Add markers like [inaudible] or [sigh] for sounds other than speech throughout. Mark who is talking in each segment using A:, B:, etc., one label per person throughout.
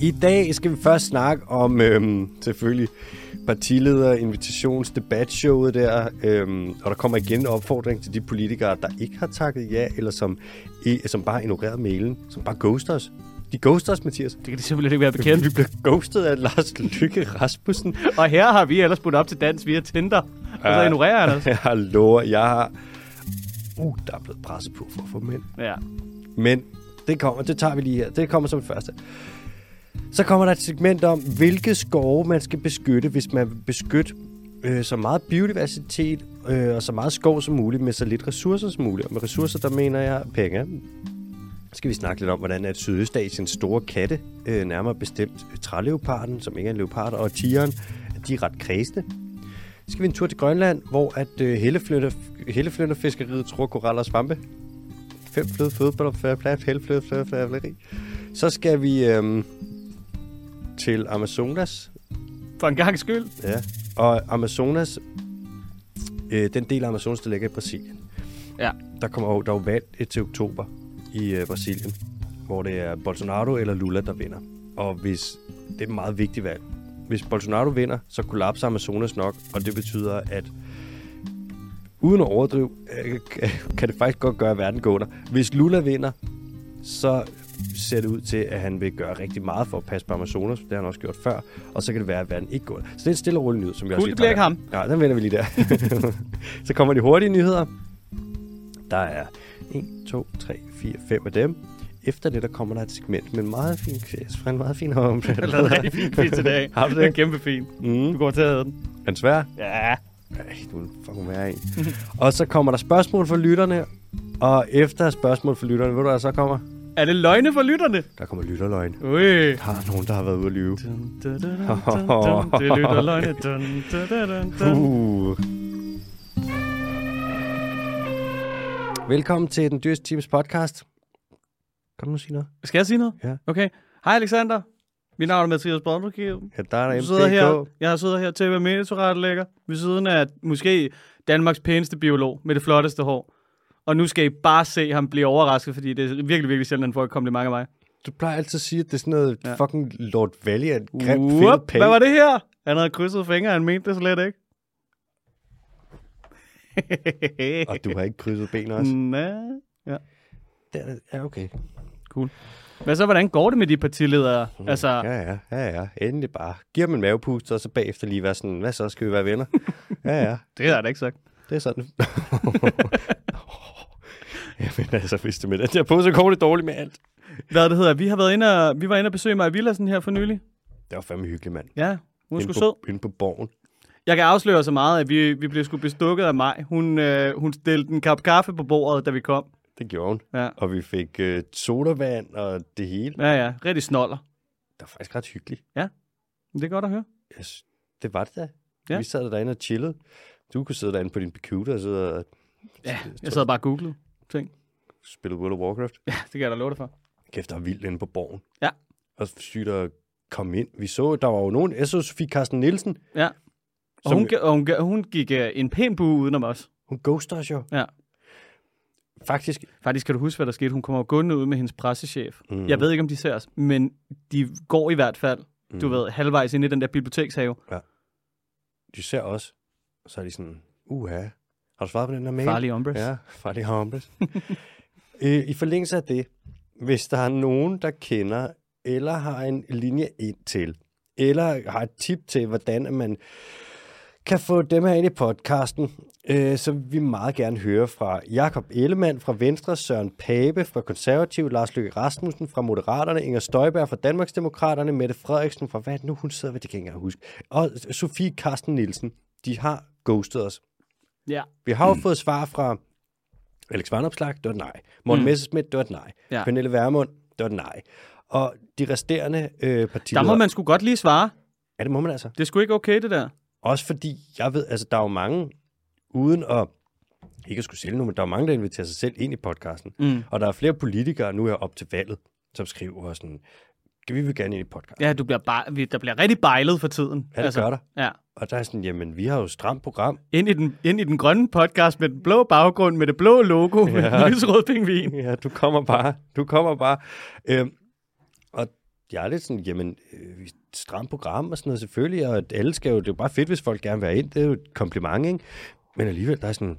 A: I dag skal vi først snakke om øhm, selvfølgelig partileder, invitations, debatshowet der, øhm, og der kommer igen en opfordring til de politikere, der ikke har takket ja, eller som, i, som bare ignorerede mailen, som bare ghoster os. De ghoster os, Mathias.
B: Det kan de simpelthen ikke være
A: [laughs]
B: bekendt.
A: Vi bliver ghostet af Lars Lykke Rasmussen.
B: Og her har vi ellers budt op til dans via Tinder. Og
A: [laughs]
B: så
A: Ja.
B: Altså, ignorerer han os.
A: Jeg lover, jeg har... Uh, der er blevet presset på for at få mænd.
B: Ja.
A: Men det kommer, det tager vi lige her. Det kommer som det første. Så kommer der et segment om, hvilke skove man skal beskytte, hvis man vil beskytte øh, så meget biodiversitet øh, og så meget skov som muligt med så lidt ressourcer som muligt. Og med ressourcer, der mener jeg penge. Så skal vi snakke lidt om, hvordan at Sydøstasiens store katte, øh, nærmere bestemt træleoparden, som ikke er en leopard, og tigeren, at de er ret kredsende. Så skal vi en tur til Grønland, hvor at øh, helleflytter, helleflytterfiskeriet tror koraller og svampe. Fem fløde fodbold, færre plads, hellefløde, færre færre Så skal vi øhm, til Amazonas.
B: For en gang skyld.
A: Ja. Og Amazonas, øh, den del af Amazonas, der ligger i Brasilien.
B: Ja.
A: Der kommer jo, der er jo valg til oktober i øh, Brasilien, hvor det er Bolsonaro eller Lula, der vinder. Og hvis, det er et meget vigtigt valg. Hvis Bolsonaro vinder, så kollapser Amazonas nok, og det betyder, at uden at overdrive, øh, kan det faktisk godt gøre at verden gå under. Hvis Lula vinder, så ser det ud til, at han vil gøre rigtig meget for at passe på Amazonas. Det har han også gjort før. Og så kan det være, at verden ikke går under. Så det er en stille og rolig nyhed, som jeg også
B: Cool, det bliver ikke ham.
A: Nej, den vender vi lige der. [laughs] så kommer de hurtige nyheder. Der er 1, 2, 3, 4, 5 af dem. Efter det, der kommer der et segment med en meget fin quiz fra en meget fin omplatte.
B: [laughs] Jeg lavede en rigtig fin quiz i dag.
A: Har du
B: Det er
A: det?
B: kæmpe fint. Du
A: Mm.
B: går til at have den.
A: Er den svær?
B: Ja.
A: Ej, du er en fucking værre en. og så kommer der spørgsmål fra lytterne. Og efter spørgsmål fra lytterne, ved du hvad der så kommer?
B: Er det løgne for lytterne?
A: Der kommer lytterløgn.
B: Ui.
A: Der er nogen, der har været ude at lyve.
B: Dun, dun, dun, dun, dun. Det lytter løgne. Dun, dun, dun, dun, dun.
A: Uh. Velkommen til Den Dyreste Teams podcast. Kom nu sige noget.
B: Skal jeg sige noget?
A: Ja.
B: Okay. Hej Alexander. Mit navn er Mathias Brøndberg.
A: Ja, der er der
B: Du sidder her,
A: MDK.
B: jeg sidder her til at være medietilrettelægger ved siden af måske Danmarks pæneste biolog med det flotteste hår. Og nu skal I bare se ham blive overrasket, fordi det er virkelig, virkelig sjældent, at han får et kompliment af mig.
A: Du plejer altid at sige, at det er sådan noget
B: Ja.
A: fucking Lord Valiant. Grim,
B: Whoop,
A: fedt
B: hvad var det her? Han havde krydset fingre, han mente det slet
A: [laughs]
B: ikke.
A: Og du har ikke krydset ben også. Mm.
B: Nå. Ja.
A: Ja, okay.
B: Hvad så, hvordan går det med de partiledere? Altså, ja.
A: Hmm. Ja, ja, ja, ja. Endelig bare. Giv dem en mavepuster, og så bagefter lige være sådan, hvad så, skal vi være venner?
B: [laughs]
A: ja, ja.
B: det har jeg da ikke sagt.
A: Det er sådan. [laughs] Jamen altså, hvis det med den der på, så går det dårligt med alt.
B: Hvad det hedder, vi har været inde og, vi var inde og besøge Maja Villadsen her for nylig.
A: Det var fandme hyggeligt, mand.
B: Ja, hun
A: Inde
B: skulle
A: på-
B: sød.
A: Inde på borgen.
B: Jeg kan afsløre så meget, at vi, vi blev sgu bestukket af mig. Hun, øh, hun stillede en kop kaffe på bordet, da vi kom.
A: Det gjorde hun.
B: Ja,
A: Og vi fik øh, sodavand og det hele.
B: ja, ja. Rigtig snoller.
A: Det var faktisk ret hyggeligt.
B: Men Det er godt at høre.
A: Jeg sy- det var det da.
B: Ja.
A: Vi sad derinde og chillede. Du kunne sidde derinde på din computer og sidde og
B: Ja, jeg sad bare og googlede ting.
A: spille World of Warcraft.
B: Ja, det kan jeg da love dig for.
A: Kæft, der var vildt inde på borgen.
B: Ja.
A: Og sygt at komme ind. Vi så, der var jo nogen. Jeg så Sofie Carsten Nielsen.
B: Ja. Og
A: Som-
B: hun, ga- og hun, ga- hun gik øh, en pæn bue udenom os.
A: Hun ghoster os jo.
B: Ja.
A: Faktisk,
B: Faktisk kan du huske, hvad der skete. Hun kommer jo gående ud med hendes pressechef.
A: Mhm.
B: Mm. Jeg ved ikke, om de ser os, men de går i hvert fald, mm. du ved, halvvejs ind i den der bibliotekshave.
A: de ser os. Og så er de sådan, uha, har du svaret på den der mail?
B: Farlige ombres.
A: Ja, farlig hombres. øh, I forlængelse af det, hvis der er nogen, der kender eller har en linje ind til, eller har et tip til, hvordan at man kan få dem her ind i podcasten, øh, så vil vi meget gerne høre fra Jakob Ellemann fra Venstre, Søren Pape fra Konservativ, Lars Løkke Rasmussen fra Moderaterne, Inger Støjberg fra Danmarksdemokraterne, Mette Frederiksen fra, hvad er det nu, hun sidder ved, det kan jeg ikke engang huske, og Sofie Karsten Nielsen. De har ghostet os.
B: Ja.
A: Vi har jo mm. fået svar fra Alex Vandopslag, det var et nej. Morten mm. Messerschmidt, det var et nej. Ja.
B: Ja.
A: Pernille Vermund, det var et nej. Og de resterende øh, partier...
B: Der må man sgu godt lige svare.
A: Ja, det må man altså.
B: Det er sgu ikke okay, det der.
A: Også fordi, jeg ved, altså der er jo mange, uden at ikke at skulle sælge nogen, men der er jo mange, der inviterer sig selv ind i podcasten.
B: Mm.
A: Og der er flere politikere nu her op til valget, som skriver sådan, vi vil gerne ind i podcasten.
B: Ja, du bliver bare, vi- der bliver rigtig bejlet for tiden.
A: Ja, det altså, gør der.
B: Ja.
A: Og der er sådan, jamen, vi har jo et stramt program.
B: Ind i, den, ind i den grønne podcast med den blå baggrund, med det blå logo, ja. med den lyserøde pingvin.
A: Ja, du kommer bare. Du kommer bare. Øhm, og jeg er lidt sådan, jamen, øh, stramt program og sådan noget selvfølgelig, og at alle skal jo, det er jo bare fedt, hvis folk gerne vil have ind, det er jo et kompliment, ikke? Men alligevel, der er sådan,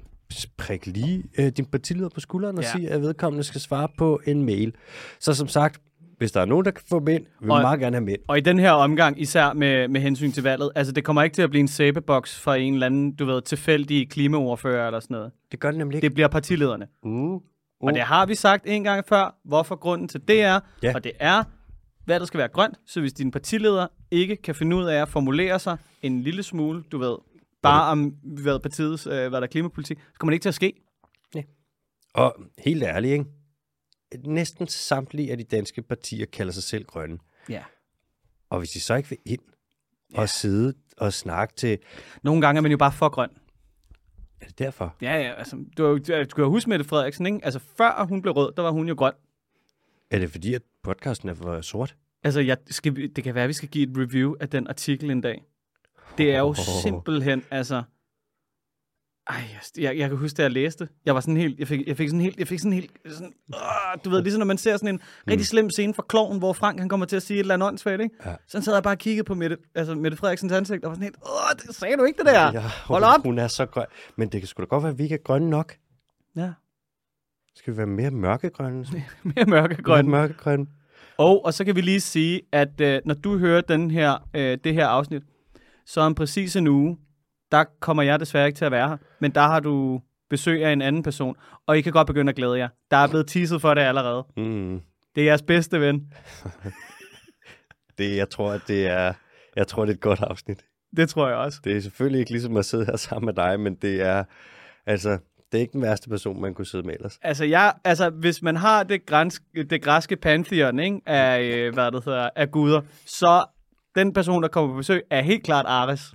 A: prik lige øh, din partileder på skulderen og
B: Ja.
A: ja. sig, at vedkommende skal svare på en mail. Så som sagt, hvis der er nogen, der kan få mænd, vil vi
B: Og-
A: meget gerne have mænd.
B: Og i den her omgang, især med, med hensyn til valget, altså det kommer ikke til at blive en sæbeboks fra en eller anden, du ved, tilfældig klimaordfører eller sådan noget.
A: Det gør det nemlig ikke.
B: Det bliver partilederne.
A: Mm.
B: Og det har vi sagt en gang før, hvorfor grunden til det er, ja.
A: Ja.
B: og det er, hvad der skal være grønt, så hvis din partileder ikke kan finde ud af at formulere sig en lille smule, du ved, bare om hvad partiets, øh, hvad der er klimapolitik, så kommer det ikke til at ske.
A: Og helt ærligt, ikke? næsten samtlige af de danske partier kalder sig selv grønne.
B: Ja.
A: Og hvis de så ikke vil ind og sidde og snakke til...
B: Nogle gange er man jo bare for grøn.
A: Er det derfor?
B: Ja, ja, altså, du, har jo- du, du kan jo huske Mette Frederiksen, ikke? Altså, før hun blev rød, der var hun jo grøn.
A: Er det fordi, at podcasten er for sort?
B: Altså, jeg skal, vi- det kan være, at vi skal give et review af den artikel en dag. Det er jo oh.
A: Åh.
B: simpelthen, altså... Ej, jeg, jeg, jeg kan huske, da jeg læste. Jeg var sådan helt... Jeg fik, jeg fik sådan helt... Jeg fik sådan helt sådan, øh, du ved, ligesom når man ser sådan en mm. rigtig slem scene fra Kloven, hvor Frank han kommer til at sige et eller andet åndssvagt, ikke? Ja.
A: Ja.
B: Sådan sad jeg bare og kiggede på Mette, altså Mette Frederiksens ansigt, og var sådan helt... Åh, det sagde du ikke, det der!
A: Ja,
B: Hold op!
A: Hun er så grøn. Men det kan sgu da godt være, at vi ikke er grønne nok.
B: Ja,
A: Skal vi være mere mørkegrønne?
B: mere mørkegrøn.
A: Mere mørkegrønne.
B: Og, og så kan vi lige sige, at øh, når du hører den her, øh, det her afsnit, så om præcis en uge, der kommer jeg desværre ikke til at være her. Men der har du besøg af en anden person, og I kan godt begynde at glæde jer. Der er blevet teaset for det allerede.
A: Mm.
B: Det er jeres bedste ven.
A: Det, jeg tror, at det er... Jeg tror, det er et godt afsnit.
B: Det tror jeg også.
A: Det er selvfølgelig ikke ligesom at sidde her sammen med dig, men det er... Altså, det er ikke den værste person, man kunne sidde med ellers.
B: Altså, jeg, altså hvis man har det, græns, det græske pantheon ikke, af, øh, hvad det hedder, af guder, så den person, der kommer på besøg, er helt klart Ares.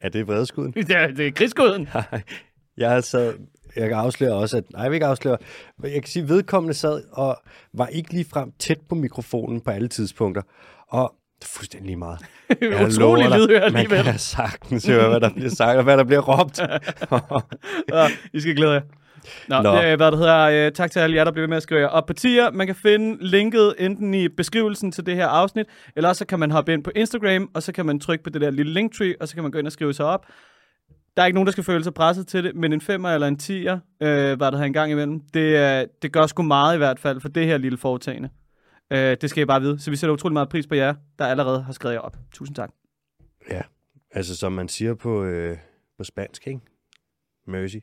A: Er det vredeskuden?
B: Det er, det er krigsguden.
A: Nej, [laughs] jeg sad, jeg kan afsløre også, at, nej, jeg vil ikke afsløre, men jeg kan sige, at vedkommende sad og var ikke lige frem tæt på mikrofonen på alle tidspunkter, og det er fuldstændig lige
B: [laughs]
A: meget. Jeg
B: Utrolig
A: lover dig,
B: lydhør
A: Man
B: alligevel.
A: kan sagtens høre, hvad der bliver sagt, og hvad der bliver råbt.
B: [laughs] Ja, I skal glæde jer.
A: Nå.
B: Nå, Nå. Øh, hvad det hedder, øh, tak til alle jer, der blev ved med at skrive jer op på tier. Man kan finde linket enten i beskrivelsen til det her afsnit, eller også så kan man hoppe ind på Instagram, og så kan man trykke på det der lille linktree, og så kan man gå ind og skrive sig op. Der er ikke nogen, der skal føle sig presset til det, men en femmer eller en tier, øh, var der her en gang imellem, det, øh, det gør sgu meget i hvert fald for det her lille foretagende. Øh, det skal I bare vide. Så vi sætter utrolig meget pris på jer, der allerede har skrevet jer op. Tusind tak.
A: ja, altså som man siger på, øh, på spansk, ikke? Mercy.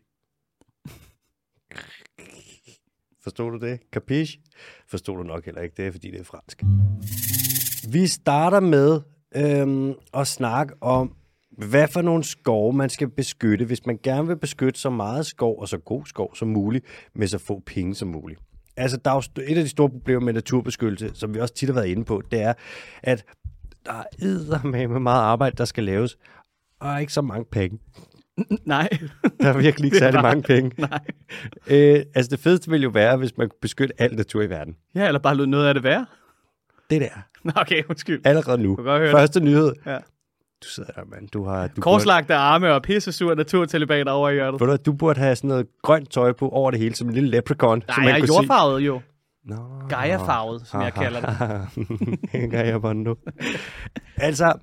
A: Forstod du det? Capiche? Forstod du nok heller ikke det, er, fordi det er fransk. Vi starter med øhm, at snakke om, hvad for nogle skove man skal beskytte, hvis man gerne vil beskytte så meget skov og så god skov som muligt, med så få penge som muligt. Altså, der er jo st- et af de store problemer med naturbeskyttelse, som vi også tit har været inde på, det er, at der er med meget arbejde, der skal laves, og ikke så mange
B: [laughs]
A: penge.
B: Nej. [laughs]
A: Der er virkelig ikke
B: Det er
A: særlig
B: bare-
A: mange penge.
B: [laughs] Nej.
A: Øh, altså, det fedeste ville jo være, hvis man kunne beskytte al natur i verden.
B: Ja, eller bare lød noget af det være.
A: Det der.
B: Nå, okay, undskyld.
A: Allerede nu.
B: kan godt høre det.
A: Første nyhed.
B: Ja.
A: Du sidder der, mand. Du har... Du burde,
B: Korslagte arme og pissesur naturtalibaner over i hjørnet.
A: ved du, hvad, du burde have sådan noget grønt tøj på over det hele, som en lille leprechaun. som
B: Nej, jeg er
A: kunne se.
B: jordfarvet jo.
A: Nå.
B: Gaia-farvet, som jeg kalder det.
A: [laughs] det. Gaia-bondo. altså,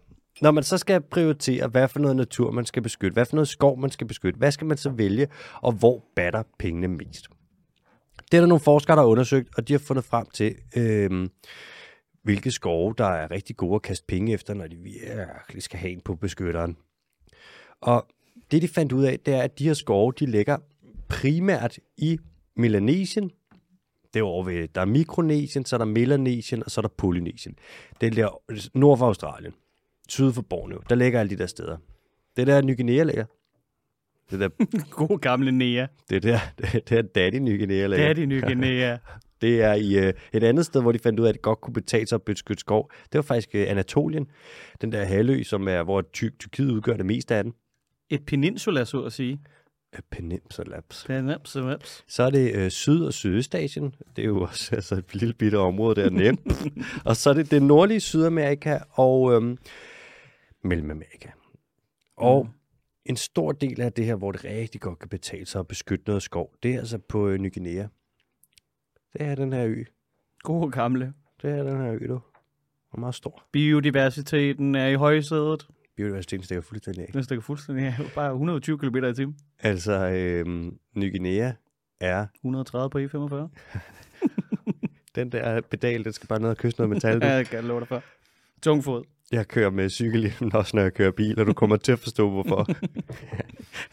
A: når man så skal prioritere, hvad for noget natur man skal beskytte, hvad for noget skov man skal beskytte, hvad skal man så vælge, og hvor batter pengene mest? Det er der nogle forskere, der har undersøgt, og de har fundet frem til, øhm, hvilke skove, der er rigtig gode at kaste penge efter, når de virkelig skal have en på beskytteren. Og det, de fandt ud af, det er, at de her skove, de ligger primært i Melanesien, det er over ved, der er Mikronesien, så er der Melanesien, og så er der Polynesien. Det er der nord for Australien, syd for Borneo, der ligger alle de der steder. Det er der Ny Guinea ligger. Det er der,
B: [laughs] God gamle Nea.
A: det er der, det er der Daddy Ny Guinea ligger.
B: Daddy
A: [laughs]
B: Ny Guinea.
A: Det er i øh, et andet sted, hvor de fandt ud af, at det godt kunne betale sig at beskytte skov. Det var faktisk øh, Anatolien, den der halvø, som er, hvor ty- Tyrkiet udgør det meste af den.
B: Et peninsula, så at sige.
A: Øh, Peninsulaps.
B: Peninsulaps.
A: Så er det øh, Syd- og Sydøstasien. Det er jo også [laughs] altså, et lille bitte område der nemt. og så er det det nordlige Sydamerika og øhm, Mellemamerika.
B: Mm.
A: Og en stor del af det her, hvor det rigtig godt kan betale sig at beskytte noget skov, det er altså på øh, Ny Guinea. Det er den her ø.
B: God gamle.
A: Det er den her ø, du. Og meget stor.
B: Biodiversiteten er i højsædet.
A: Biodiversiteten stikker fuldstændig af.
B: Den stikker fuldstændig af. Bare 120 km i timen.
A: Altså, øh, Ny Guinea er
B: 130 på E E45.
A: den der pedal, den skal bare ned og kysse noget metal.
B: [laughs] Ja,
A: Du.
B: det kan jeg love dig for. Tung fod.
A: Jeg kører med cykel, i den, også når jeg kører bil, og du kommer til at forstå,
B: [laughs]
A: hvorfor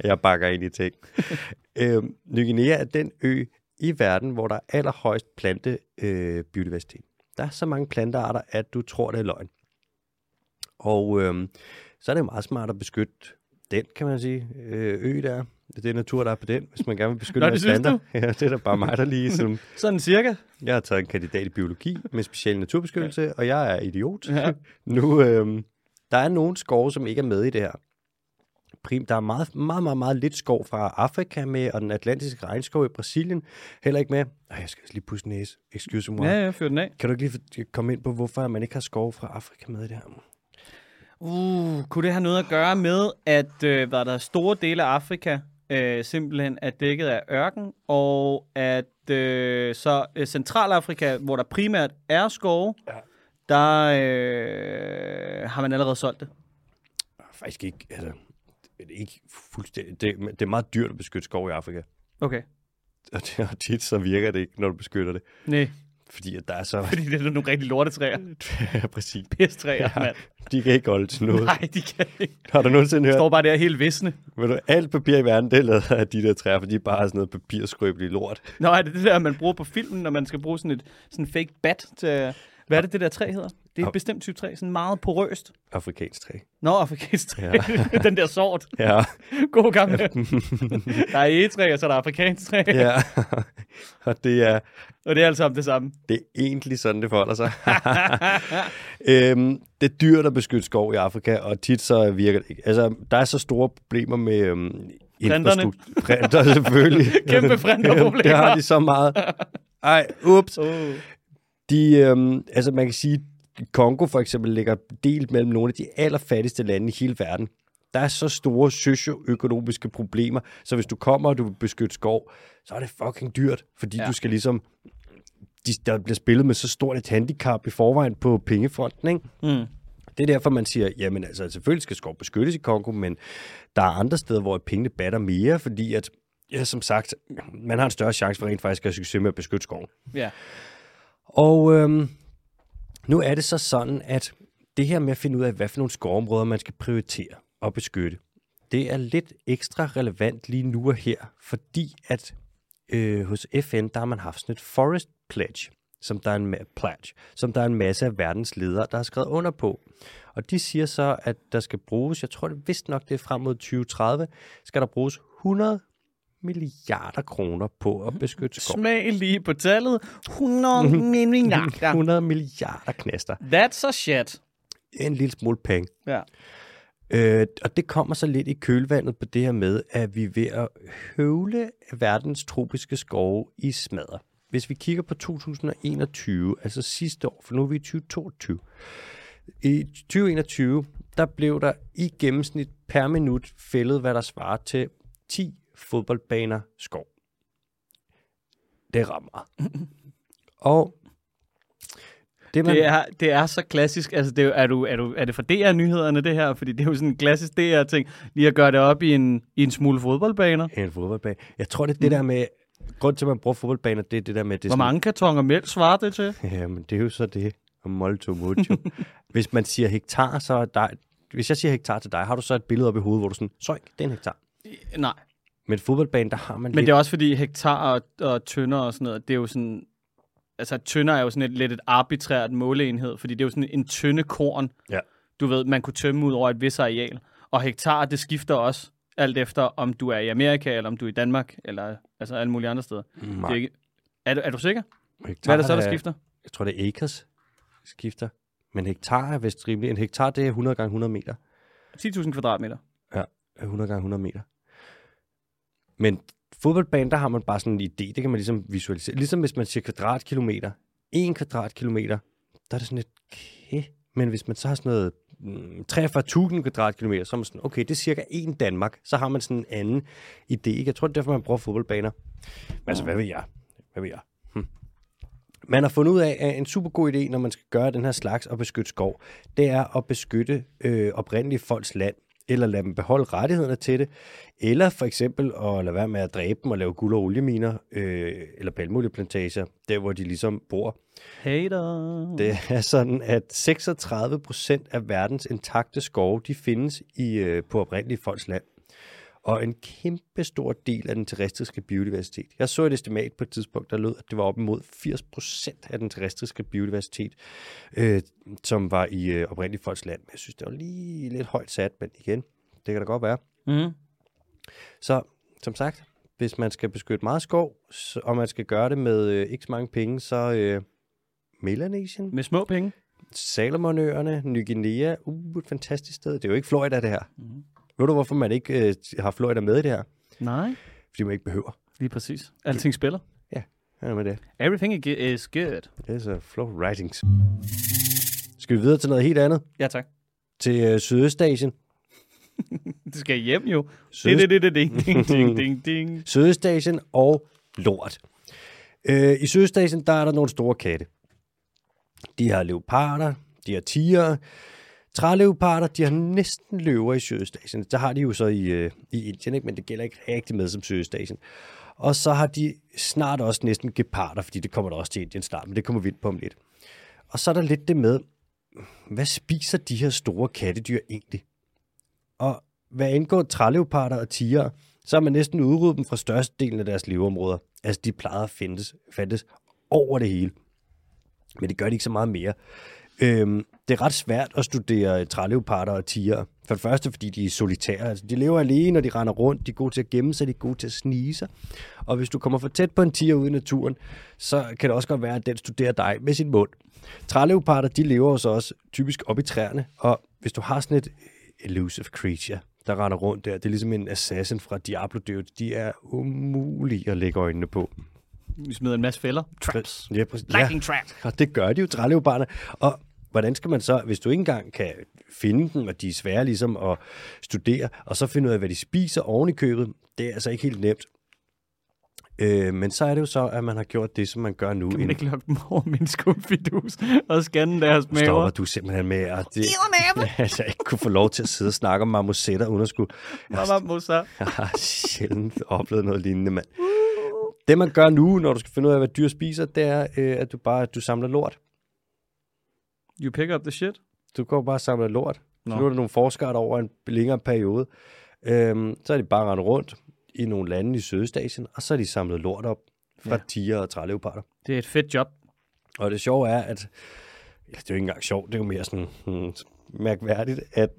A: jeg bakker ind i ting. Øh, Ny Guinea er den ø i verden, hvor der er allerhøjst plante øh, biodiversitet. Der er så mange plantearter, at du tror, det er løgn. Og øh, så er det jo meget smart at beskytte den, kan man sige, øh, ø der. Det er natur, der er på den, hvis man gerne vil beskytte
B: Nå,
A: nogle
B: det synes
A: planter. [laughs] Ja, det er da bare mig, der lige som
B: Sådan cirka.
A: Jeg har taget en kandidat i biologi med speciel naturbeskyttelse, ja. og jeg er idiot.
B: Ja.
A: [laughs] Nu, øhm, der er nogle skove, som ikke er med i det her. Prim, der er meget, meget, meget, meget lidt skov fra Afrika med, og den atlantiske regnskov i Brasilien heller ikke med. Ej, jeg skal også lige pusse næse. Excuse me. Ja.
B: Ja, ja, fyr den af.
A: Kan du ikke lige for- komme ind på, hvorfor man ikke har skov fra Afrika med i det her?
B: Uh, kunne det have noget at gøre med, at øh, hvad der er store dele af Afrika øh, simpelthen er dækket af ørken, og at øh, så øh, Centralafrika, hvor der primært er skove, ja. der øh, har man allerede solgt det.
A: Faktisk ikke, altså, det er ikke fuldstændig. Det, det er meget dyrt at beskytte skov i Afrika. [laughs]
B: Okay.
A: Og det- Og tit så virker det ikke, når du beskytter det.
B: Nej,
A: Fordi at der er så... [laughs]
B: [laughs] fordi det er nogle rigtig lortetræer.
A: Præcis.
B: Pisse-træer,
A: Ja.
B: Mm. ja. mand.
A: De kan ikke holde til noget.
B: Nej, de kan ikke.
A: Har du nogensinde hørt,
B: Står bare der helt visne.
A: Ved du, alt papir i verden, det er lavet af de der træer, for de er bare sådan noget papirskrøbeligt lort.
B: Nå, er det det der, man bruger på filmen, når man skal bruge sådan et sådan fake bat til... Hvad er det, det der træ hedder? Det er et bestemt type træ, sådan meget porøst.
A: Afrikansk træ.
B: Nå, afrikansk træ. Ja. [laughs] den der sort.
A: Ja,
B: God gammel. [laughs] der er egetræ, og så er der afrikansk træ. Ja.
A: ja. [laughs] og det er,
B: Og det er alt sammen det samme.
A: det er egentlig sådan, det forholder
B: [laughs]
A: sig. øhm, det er dyrt at beskytte skov i Afrika, og tit så virker det ikke. Altså, der er så store problemer med øhm,
B: Printerne.
A: infrastruktur- Printer, selvfølgelig.
B: [laughs] Kæmpe
A: [laughs]
B: printerproblemer.
A: det har de så meget. Ej, ups.
B: Oh.
A: De, øhm, altså man kan sige, Kongo for eksempel ligger delt mellem nogle af de allerfattigste lande i hele verden. Der er så store socioøkonomiske problemer, så hvis du kommer og du vil beskytte skov, så er det fucking dyrt, fordi ja.
B: Ja.
A: du skal ligesom... De, der bliver spillet med så stort et handicap i forvejen på pengefronten, ikke?
B: Mm.
A: Det er derfor, man siger, jamen altså, selvfølgelig skal skov beskyttes i Kongo, men der er andre steder, hvor pengene batter mere, fordi at, ja, som sagt, man har en større chance for rent faktisk at have succes med at beskytte skoven.
B: Ja.
A: Og øhm, nu er det så sådan, at det her med at finde ud af, hvad for nogle skovområder man skal prioritere og beskytte, det er lidt ekstra relevant lige nu og her, fordi at øh, hos FN, der har man haft sådan et forest pledge, som der er en, ma- pledge, som der er en masse af verdens ledere, der har skrevet under på. Og de siger så, at der skal bruges, jeg tror det vist nok, det er frem mod 2030, skal der bruges 100 milliarder kroner på at beskytte skov.
B: Smag lige på tallet. 100 [laughs] milliarder.
A: 100 milliarder knaster.
B: That's a shit.
A: En lille smule penge.
B: Ja.
A: Øh, og det kommer så lidt i kølvandet på det her med, at vi er ved at høvle verdens tropiske skove i smadder. Hvis vi kigger på 2021, altså sidste år, for nu er vi i 2022. I 2021, der blev der i gennemsnit per minut fældet, hvad der svarer til 10 fodboldbaner skov. Det
B: [laughs]
A: rammer. Og det, man,
B: Det er, det er så klassisk. Altså, det er, jo- er, du, er, du, er det fra DR-nyhederne, det her? Fordi det er jo sådan en klassisk DR-ting. Lige at gøre det op i en, i en smule fodboldbaner.
A: En fodboldbane. Jeg tror, det er det der med... Grund til, at man bruger fodboldbaner, det er det der med... Det er
B: Mm. Hvor mange kartonger mælk svarer det til?
A: Sådan, jamen, det er jo så det. Og Molto
B: [laughs]
A: mojo. Hvis man siger hektar, så er der... Hvis jeg siger hektar til dig, har du så et billede op i hovedet, hvor du sådan, så det er en hektar.
B: Nej.
A: Men fodboldbanen, der har man
B: Men
A: lidt...
B: det er også fordi hektar og, og tønder og sådan noget, det er jo sådan... Altså, tønder er jo sådan et, lidt et arbitrært måleenhed, fordi det er jo sådan en tynde korn,
A: Ja.
B: du ved, man kunne tømme ud over et vis areal. Og hektar, det skifter også alt efter, om du er i Amerika, eller om du er i Danmark, eller altså alle mulige andre steder.
A: det,
B: Det er, ikke, er, du, er du sikker?
A: hektar,
B: Hvad er det så, der skifter?
A: Jeg tror, det er acres, skifter. Men hektar er vist rimeligt. En hektar, det er 100 gange 100 meter.
B: 10.000 kvadratmeter.
A: 100 gange 100 meter. Men fodboldbanen, der har man bare sådan en idé, det kan man ligesom visualisere. Ligesom hvis man siger kvadratkilometer, en kvadratkilometer, der er det sådan et, okay. Men hvis man så har sådan noget mm, 43.000 kvadratkilometer, så er man sådan, okay, det er cirka en Danmark. Så har man sådan en anden idé. Ikke? Jeg tror, det er derfor, man bruger fodboldbaner. Men altså, hvad ved jeg? Hvad ved jeg? Hm. Man har fundet ud af, at en super god idé, når man skal gøre den her slags og beskytte skov, det er at beskytte øh, oprindelige folks land, eller lade dem beholde rettighederne til det, eller for eksempel at lade være med at dræbe dem og lave guld- og olieminer, øh, eller palmolieplantager, der hvor de ligesom bor.
B: Hater.
A: Det er sådan, at 36 procent af verdens intakte skove, de findes i, øh, på oprindelige folks land. Og en kæmpe stor del af den terrestriske biodiversitet. Jeg så et estimat på et tidspunkt, der lød, at det var op imod 80 procent af den terrestriske biodiversitet, øh, som var i øh, oprindelige folks land. Men jeg synes, det var lige lidt højt sat, men igen, det kan da godt være.
B: Mm.
A: Så som sagt, hvis man skal beskytte meget skov, så- og man skal gøre det med øh, ikke så mange penge, så øh, Melanesien,
B: Med små penge.
A: Salomonøerne, Ny Guinea, uh, et fantastisk sted. Det er jo ikke Florida, det her. Mm. Ved du, hvorfor man ikke øh, har Florida med i det her?
B: Nej.
A: Fordi man ikke behøver.
B: Lige præcis. Alting spiller.
A: Ja, med det.
B: Everything is good.
A: Det er så flow writings. Skal vi videre til noget helt andet?
B: Ja, tak.
A: Til øh, Sydøstasien.
B: Det skal hjem jo.
A: Sydøst-
B: Det, det, det, det, ding, ding, ding, ding, ding.
A: Sydøstasien og lort. Øh, I Sydøstasien, der er der nogle store katte. De har leoparder, de har tiger, træleoparder, de har næsten løver i Sydøstasien. Der har de jo så i, øh, i Indien, ikke? men det gælder ikke rigtig med som Sydøstasien. Og så har de snart også næsten geparder, fordi det kommer der også til Indien snart, men det kommer vi ind på om lidt. Og så er der lidt det med, hvad spiser de her store kattedyr egentlig? Og hvad angår træleoparder og tiger, så har man næsten udryddet dem fra størstedelen af deres leveområder. Altså, de plejede at findes, fandtes over det hele. Men det gør de ikke så meget mere. Øhm, det er ret svært at studere træleoparder og tiger. For det første, fordi de er solitære. Altså, de lever alene, og de render rundt. De er gode til at gemme sig, de er gode til at snige sig. Og hvis du kommer for tæt på en tiger ude i naturen, så kan det også godt være, at den studerer dig med sin mund. Træleoparder, de lever jo så også typisk op i træerne. Og hvis du har sådan et elusive creature, der render rundt der. Det er ligesom en assassin fra Diablo Dude. De er umulige at lægge øjnene på.
B: Vi smider en masse fælder. Traps.
A: Ja, præcis. Ja,
B: Lightning trap.
A: og det gør de jo, træleoparerne. Og hvordan skal man så, hvis du ikke engang kan finde dem, og de er svære ligesom at studere, og så finde ud af, hvad de spiser oven i købet, det er altså ikke helt nemt. Øh, men så er det jo så, at man har gjort det, som man gør nu.
B: Man
A: inden-
B: ikke lukke dem over med en skumfidus og scanne deres
A: stopper
B: maver.
A: du simpelthen med, at det, [laughs] at jeg ikke kunne få lov til at sidde og snakke om marmosetter, uden at skulle...
B: Hvad var Mozart?
A: Jeg har sjældent oplevet noget lignende, mand. Det, man gør nu, når du skal finde ud af, hvad dyr spiser, det er, øh, at du bare du samler lort.
B: You pick up the shit.
A: Du går bare og samler lort. Nå.
B: Nå.
A: Nu er der nogle forskere, der over en længere periode. Øhm, så er de bare rendt rundt i nogle lande i Sydøstasien, og så er de samlet lort op fra ja. tiger og træleoparder.
B: Det er et fedt job.
A: Og det sjove er, at... Ja, Altså, det er jo ikke engang sjovt, det er jo mere sådan hmm, mærkværdigt, at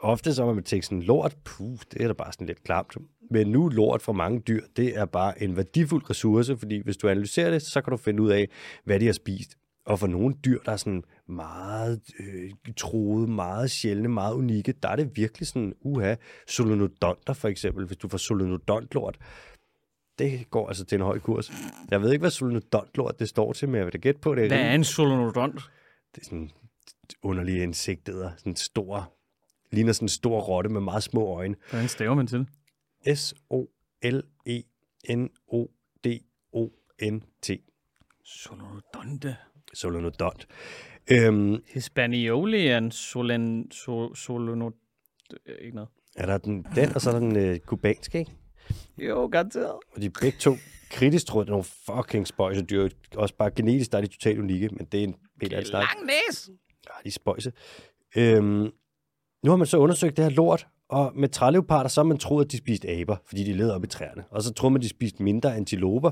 A: ofte så har man tænkt sådan, lort, puh, det er da bare sådan lidt klamt. Men nu er lort fra mange dyr, det er bare en værdifuld ressource, fordi hvis du analyserer det, så kan du finde ud af, hvad de har spist. Og for nogle dyr, der er sådan meget øh, troede, meget sjældne, meget unikke, der er det virkelig sådan, uha, solenodonter for eksempel, hvis du får solenodontlort, det går altså til en høj kurs. Jeg ved ikke, hvad solenodontlort det står til, men jeg vil da gætte på det.
B: Hvad er en solenodont?
A: Det er sådan underlige insektæder, sådan stor, ligner sådan en stor rotte med meget små øjne.
B: Hvordan staver man til det?
A: E S-O-L-E-N-O-D-O-N-T.
B: Solenodonte.
A: Solenodont. Øhm,
B: Hispanioli er en solen... So, solenod... øh, Ikke noget.
A: er der den, den, og så er der den øh, kubanske, ikke?
B: Jo, garanteret.
A: Og de er begge to kritisk tror jeg, det er nogle fucking spøjse dyr. Også bare genetisk, der er de totalt unikke, men det er en helt anden snak.
B: Lang næs.
A: Ja, Ah, de er spøjse. Øhm, nu har man så undersøgt det her lort, og med træleoparder, så har man troet, at de spiste aber, fordi de leder op i træerne. Og så troede man, at de spiste mindre antiloper,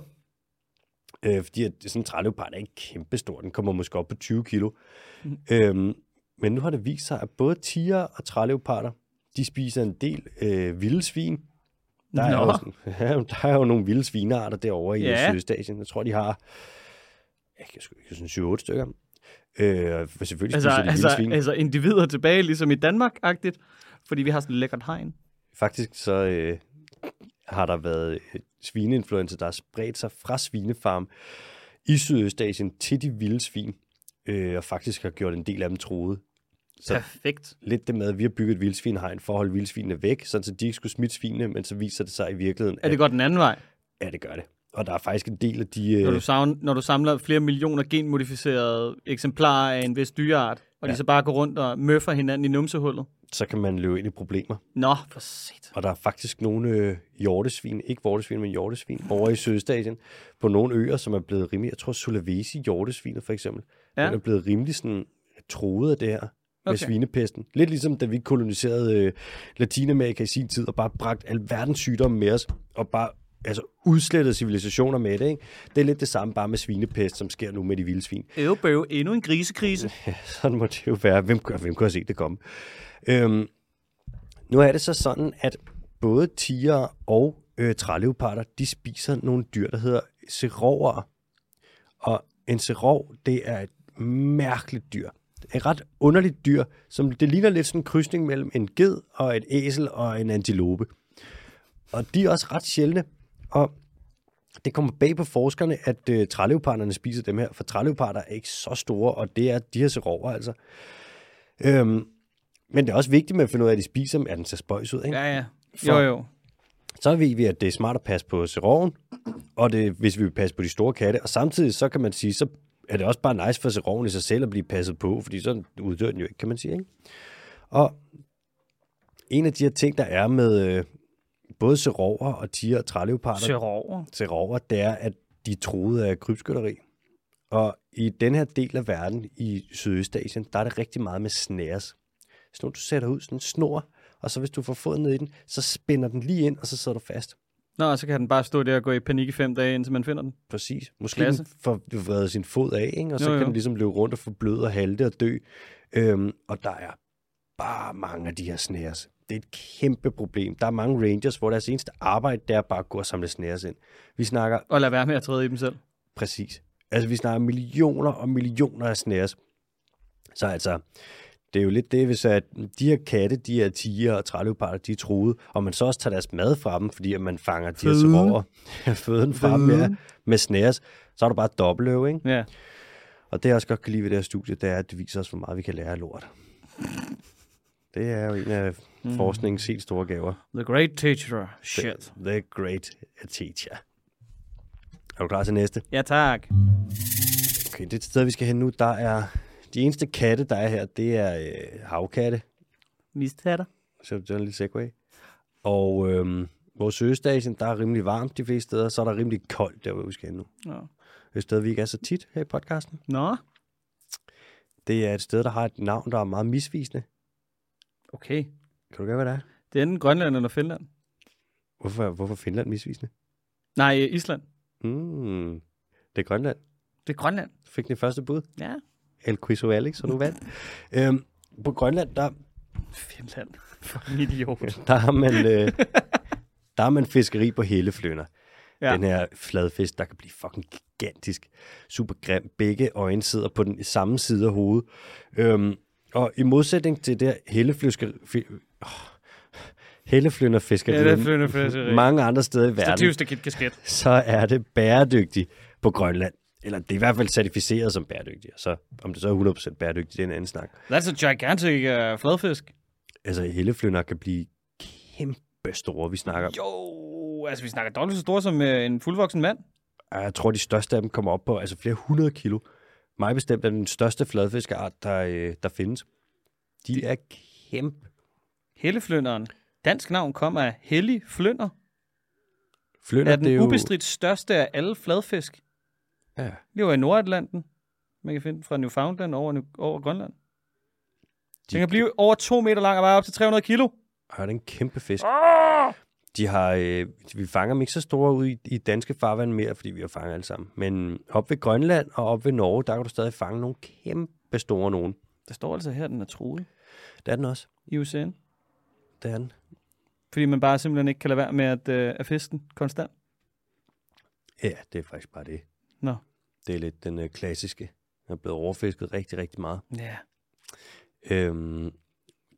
A: øh, fordi at sådan en træleopard er ikke kæmpestor. Den kommer måske op på 20 kilo. Mm. Øhm, men nu har det vist sig, at både tiger og træleoparder, de spiser en del øh, vilde svin. Der er,
B: Nå.
A: jo, sådan- ja, der er jo nogle [laughs] vilde svinearter derovre i
B: Ja.
A: ja. Sydøstasien. Jeg tror, de har jeg kan sgu ikke sådan 7-8 stykker. Øh, for selvfølgelig
B: Altså,
A: spiser de
B: altså,
A: vilde svin.
B: altså individer tilbage, ligesom i Danmark-agtigt. Fordi vi har sådan et lækkert hegn.
A: Faktisk så øh, har der været øh, svineinfluenza, der har spredt sig fra svinefarm i Sydøstasien til de vilde svin, øh, og faktisk har gjort en del af dem troede. Så-
B: Perfekt.
A: Lidt det med, at vi har bygget et vildsvinhegn for at holde vildsvinene væk, sådan så de ikke skulle smitte svinene, men så viser det sig i virkeligheden,
B: Er det
A: at
B: godt den anden vej?
A: ja, det gør det. Og der er faktisk en del af de... Øh,
B: Når du, savn, når du samler flere millioner genmodificerede eksemplarer af en vis dyreart, og ja. de så bare går rundt og møffer hinanden i numsehullet.
A: så kan man løbe ind i problemer.
B: Nå, for set.
A: Og der er faktisk nogle øh, hjortesvin, ikke vortesvin, men hjortesvin, over i Sydøstasien, på nogle øer, som er blevet rimelig... Jeg tror, Sulawesi hjortesvinet for eksempel,
B: Ja.
A: ja. den er blevet rimelig sådan troet af det her med
B: Okay.
A: okay. svinepesten. Lidt ligesom da vi koloniserede øh, Latinamerika i sin tid, og bare bragt alverdens sygdomme med os, og bare altså, udslettede civilisationer med det. Ikke? Det er lidt det samme bare med svinepest, som sker nu med de vilde svin.
B: Øvebøv, endnu en [laughs] grisekrise.
A: Ja, [laughs] sådan må det jo være. Hvem, kunne- hvem kunne have set det komme? Øhm, nu er det så sådan, at både tiger og øh, træleoparder, de spiser nogle dyr, der hedder serover. Og en serov, det er et mærkeligt dyr. Et ret underligt dyr, som det ligner lidt sådan en krydsning mellem en ged og et æsel og en antilope. Og de er også ret sjældne. Og det kommer bag på forskerne, at øh, træleoparderne spiser dem her, for træleoparder er ikke så store, og det er de her serover altså. Øhm, men det er også vigtigt, med at finde ud af, at de spiser dem. Er den så spøjs ud, ikke? Ja.
B: Ja, ja. Jo,
A: For-
B: jo.
A: Så ved vi, at det er smart at passe på seroven, og det, hvis vi vil passe på de store katte. Og samtidig, så kan man sige, så er det også bare nice for seroven i sig selv at blive passet på, fordi så uddør den jo ikke, kan man sige, ikke? Og en af de her ting, der er med øh, både serover og tiger og træleoparder,
B: Sør over.
A: til rover, det er, at de er troet af krybskytteri. Og i den her del af verden, i Sydøstasien, der er det rigtig meget med snares. Sådan nogle, du sætter ud, sådan en snor, og så hvis du får foden ned i den, så spænder den lige ind, og så sidder du fast.
B: Nå, så kan den bare stå der og gå i panik i fem dage, indtil man finder den.
A: Præcis. Måske
B: Klasse.
A: Klasse. den får vredet sin fod af, ikke? og så
B: Jo,
A: jo, jo.
B: jo.
A: kan den ligesom løbe rundt og få blød og halte og dø. Øhm, og der er bare mange af de her snares. Det er et kæmpe problem. Der er mange rangers, hvor deres eneste arbejde, det er bare at gå og samle snares ind. Vi snakker
B: Og lad være med at træde i dem selv.
A: Præcis. Altså, vi snakker millioner og millioner af snares. Så altså, det er jo lidt det, hvis at de her katte, de her tiger og træleoparder, de er truet, og man så også tager deres mad fra dem, fordi at man fanger de her
B: Føden.
A: sorover, føden fra dem ja,
B: Føden.
A: med snares, så er du bare dobbeltløv, ikke?
B: Ja.
A: Og det, jeg også godt kan lide ved det her studie, det er, at det viser os, hvor meget vi kan lære af lort. Det er jo en af
B: Mm.
A: forskningens helt store gaver.
B: The great teacher. Shit.
A: The Great Teacher. Er du klar til næste?
B: Ja, tak.
A: Okay, det sted, vi skal hen nu, der er... De eneste katte, der er her, det er øh, havkatte.
B: Mistatter.
A: Så det er en lille segway. Og øh, vores Sydøstasien, der er rimelig varmt de fleste steder, så er der rimelig koldt der, hvor vi skal hen nu.
B: Nå.
A: Et sted, vi ikke er så tit her i podcasten.
B: Nå,
A: Det er et sted, der har et navn, der er meget misvisende.
B: okay.
A: Kan du gøre, hvad det er?
B: Det er enten Grønland eller Finland.
A: Hvorfor, hvorfor er Finland misvisende?
B: Nej, Island.
A: Mm, det er Grønland.
B: Det er Grønland.
A: Fik det første bud.
B: Ja.
A: El Quizo Alex, og nu vandt. øhm, på Grønland, der,
B: Finland. [laughs] Fucking idiot.
A: [laughs] der, har man, øh, der har man fiskeri på helleflønder.
B: Ja.
A: Ja. Den her fladfisk, der kan blive fucking gigantisk. Super grim. Begge øjne sidder på den samme side af hovedet. Øhm, og i modsætning til det her helleflysker... Oh, helleflynderfiskeri,
B: Helleflynderfiskeri.
A: mange andre steder i verden,
B: Stativstikket kasket.
A: så er det bæredygtigt på Grønland. Eller det er i hvert fald certificeret som bæredygtigt. Og Så, om det så er 100% bæredygtigt, det er en anden snak.
B: That's a gigantic uh, fladfisk.
A: Altså, helleflynder kan blive kæmpe store, vi snakker om.
B: Jo, altså vi snakker dobbelt så stor som øh, en fuldvoksen mand.
A: Og Jeg tror, de største af dem kommer op på altså flere hundrede kilo. Mig bestemt er den største fladfiskeart, der, øh, der findes. De, de er kæmpe.
B: Helleflønderen. Dansk navn kommer af Hellig Flønder.
A: Flønder,
B: Er
A: det
B: den
A: jo...
B: ubestridt største af alle fladfisk.
A: Ja.
B: Lever i Nordatlanten. Man kan finde den fra Newfoundland over, New- over Grønland. Den kan blive over 2 meter lang og veje op til 300 kilo.
A: Og det er en kæmpe fisk. De har, øh, vi fanger dem ikke så store ud i, i danske farvand mere, fordi vi har fanget alle sammen. Men op ved Grønland og op ved Norge, der kan du stadig fange nogle kæmpe store nogen.
B: Der står altså her, at den er truet
A: Det er den også.
B: i UCN.
A: Det er den.
B: Fordi man bare simpelthen ikke kan lade være med at, øh, at fiske den konstant.
A: Ja, det er faktisk bare det.
B: Nå.
A: Det er lidt den øh, klassiske. Den er blevet overfisket rigtig, rigtig meget.
B: Ja.
A: Øhm,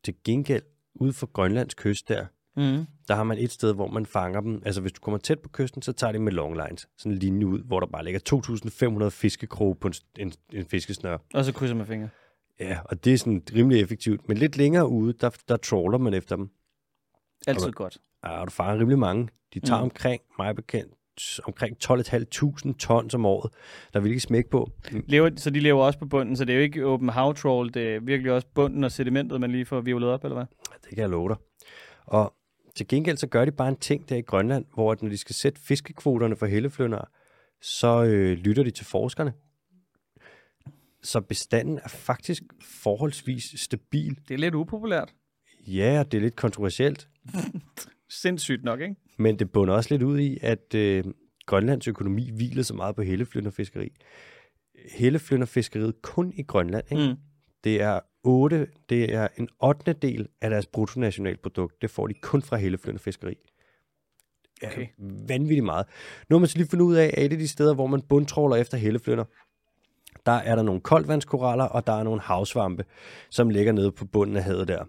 A: til gengæld, ude for Grønlands kyst der,
B: Mm.
A: der har man et sted, hvor man fanger dem. Altså, hvis du kommer tæt på kysten, så tager de med longlines. Sådan en linje ud, hvor der bare ligger 2.500 fiskekroge på en, en, en fiskesnør.
B: Og så krydser man fingre.
A: Ja, og det er sådan rimelig effektivt. Men lidt længere ude, der, der trawler man efter dem.
B: Altid godt.
A: Ja, og du fanger rimelig mange. De tager
B: Mm.
A: mm. omkring, mig bekendt, omkring 12.500 tons om året, der vil ikke smække på.
B: Lever, så de lever også på bunden, så det er jo ikke open hav trawl, det er virkelig også bunden og sedimentet, man lige får violet op, eller hvad?
A: Det kan jeg love dig. Og til gengæld så gør de bare en ting der i Grønland, hvor at når de skal sætte fiskekvoterne for helleflyndere, så øh, lytter de til forskerne. Så bestanden er faktisk forholdsvis stabil.
B: Det er lidt upopulært.
A: Ja, det er lidt kontroversielt,
B: Sindssygt nok, ikke?
A: Men det bunder også lidt ud i, at øh, Grønlands økonomi hviler så meget på helleflynderfiskeri. Helleflynderfiskeriet kun i Grønland, ikke?
B: Mm.
A: det er 8, det er en 8. del af deres bruttonationalprodukt. Det får de kun fra helleflynderfiskeri.
B: Okay.
A: Vanvittigt meget. Nu har man så lige fundet ud af, at et af de steder, hvor man bundtråler efter helleflynder, der er der nogle koldvandskoraller, og der er nogle havsvampe, som ligger nede på bunden af havet der.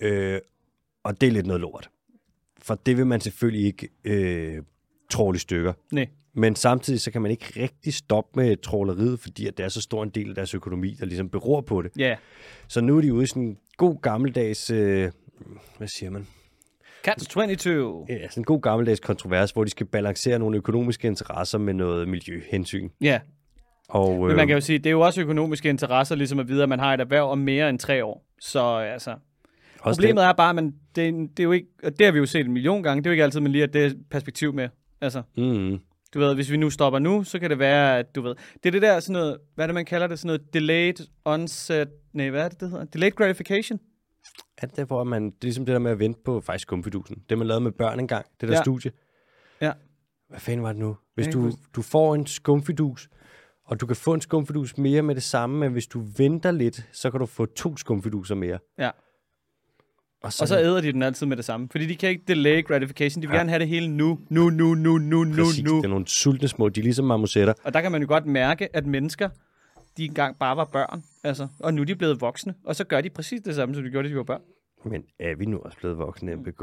A: Øh, og det er lidt noget lort. For det vil man selvfølgelig ikke øh, tråle i stykker.
B: Nej.
A: Men samtidig så kan man ikke rigtig stoppe med tråleriet, fordi at det er så stor en del af deres økonomi, der ligesom beror på det.
B: Ja.
A: Så nu er de ude i sådan en god gammeldags, øh, hvad siger man?
B: Catch 22.
A: Ja, sådan en god gammeldags kontrovers, hvor de skal balancere nogle økonomiske interesser med noget miljøhensyn.
B: Ja,
A: Og,
B: men man kan
A: øh,
B: jo sige, det er jo også økonomiske interesser, ligesom at vide, at man har et erhverv om mere end tre år. Så altså,
A: øh, også
B: Problemet er bare, at det, det er jo ikke, og det har vi jo set en million gange, det er jo ikke altid, man lige har det perspektiv med. Altså,
A: Den, mm,
B: du ved, hvis vi nu stopper nu, så kan det være, at du ved, det er det der sådan noget, hvad er det, man kalder det, sådan noget delayed onset, nej, hvad er det, det hedder? Delayed gratification?
A: er det der, hvor man, det er ligesom det der med at vente på faktisk kumfidusen. Det man lavede med børn engang, det der
B: Ja.
A: ja. studie.
B: Ja.
A: Hvad fanden var det nu? Hvis
B: Jeg kan
A: du,
B: ikke
A: du får en skumfidus, og du kan få en skumfidus mere med det samme, men hvis du venter lidt, så kan du få to skumfiduser mere.
B: Ja.
A: Og så,
B: Og så æder de den altid med det samme, fordi de kan ikke delay gratification, de vil
A: Ja.
B: gerne have det hele nu, nu, nu, nu, nu, nu,
A: Præcis,
B: nu.
A: det er nogle sultne små, de er ligesom marmosetter.
B: Og der kan man jo godt mærke, at mennesker, de engang bare var børn, altså, og nu er de blevet voksne, og så gør de præcis det samme, som de gjorde, da de var børn.
A: Men er vi nu også blevet voksne MBK?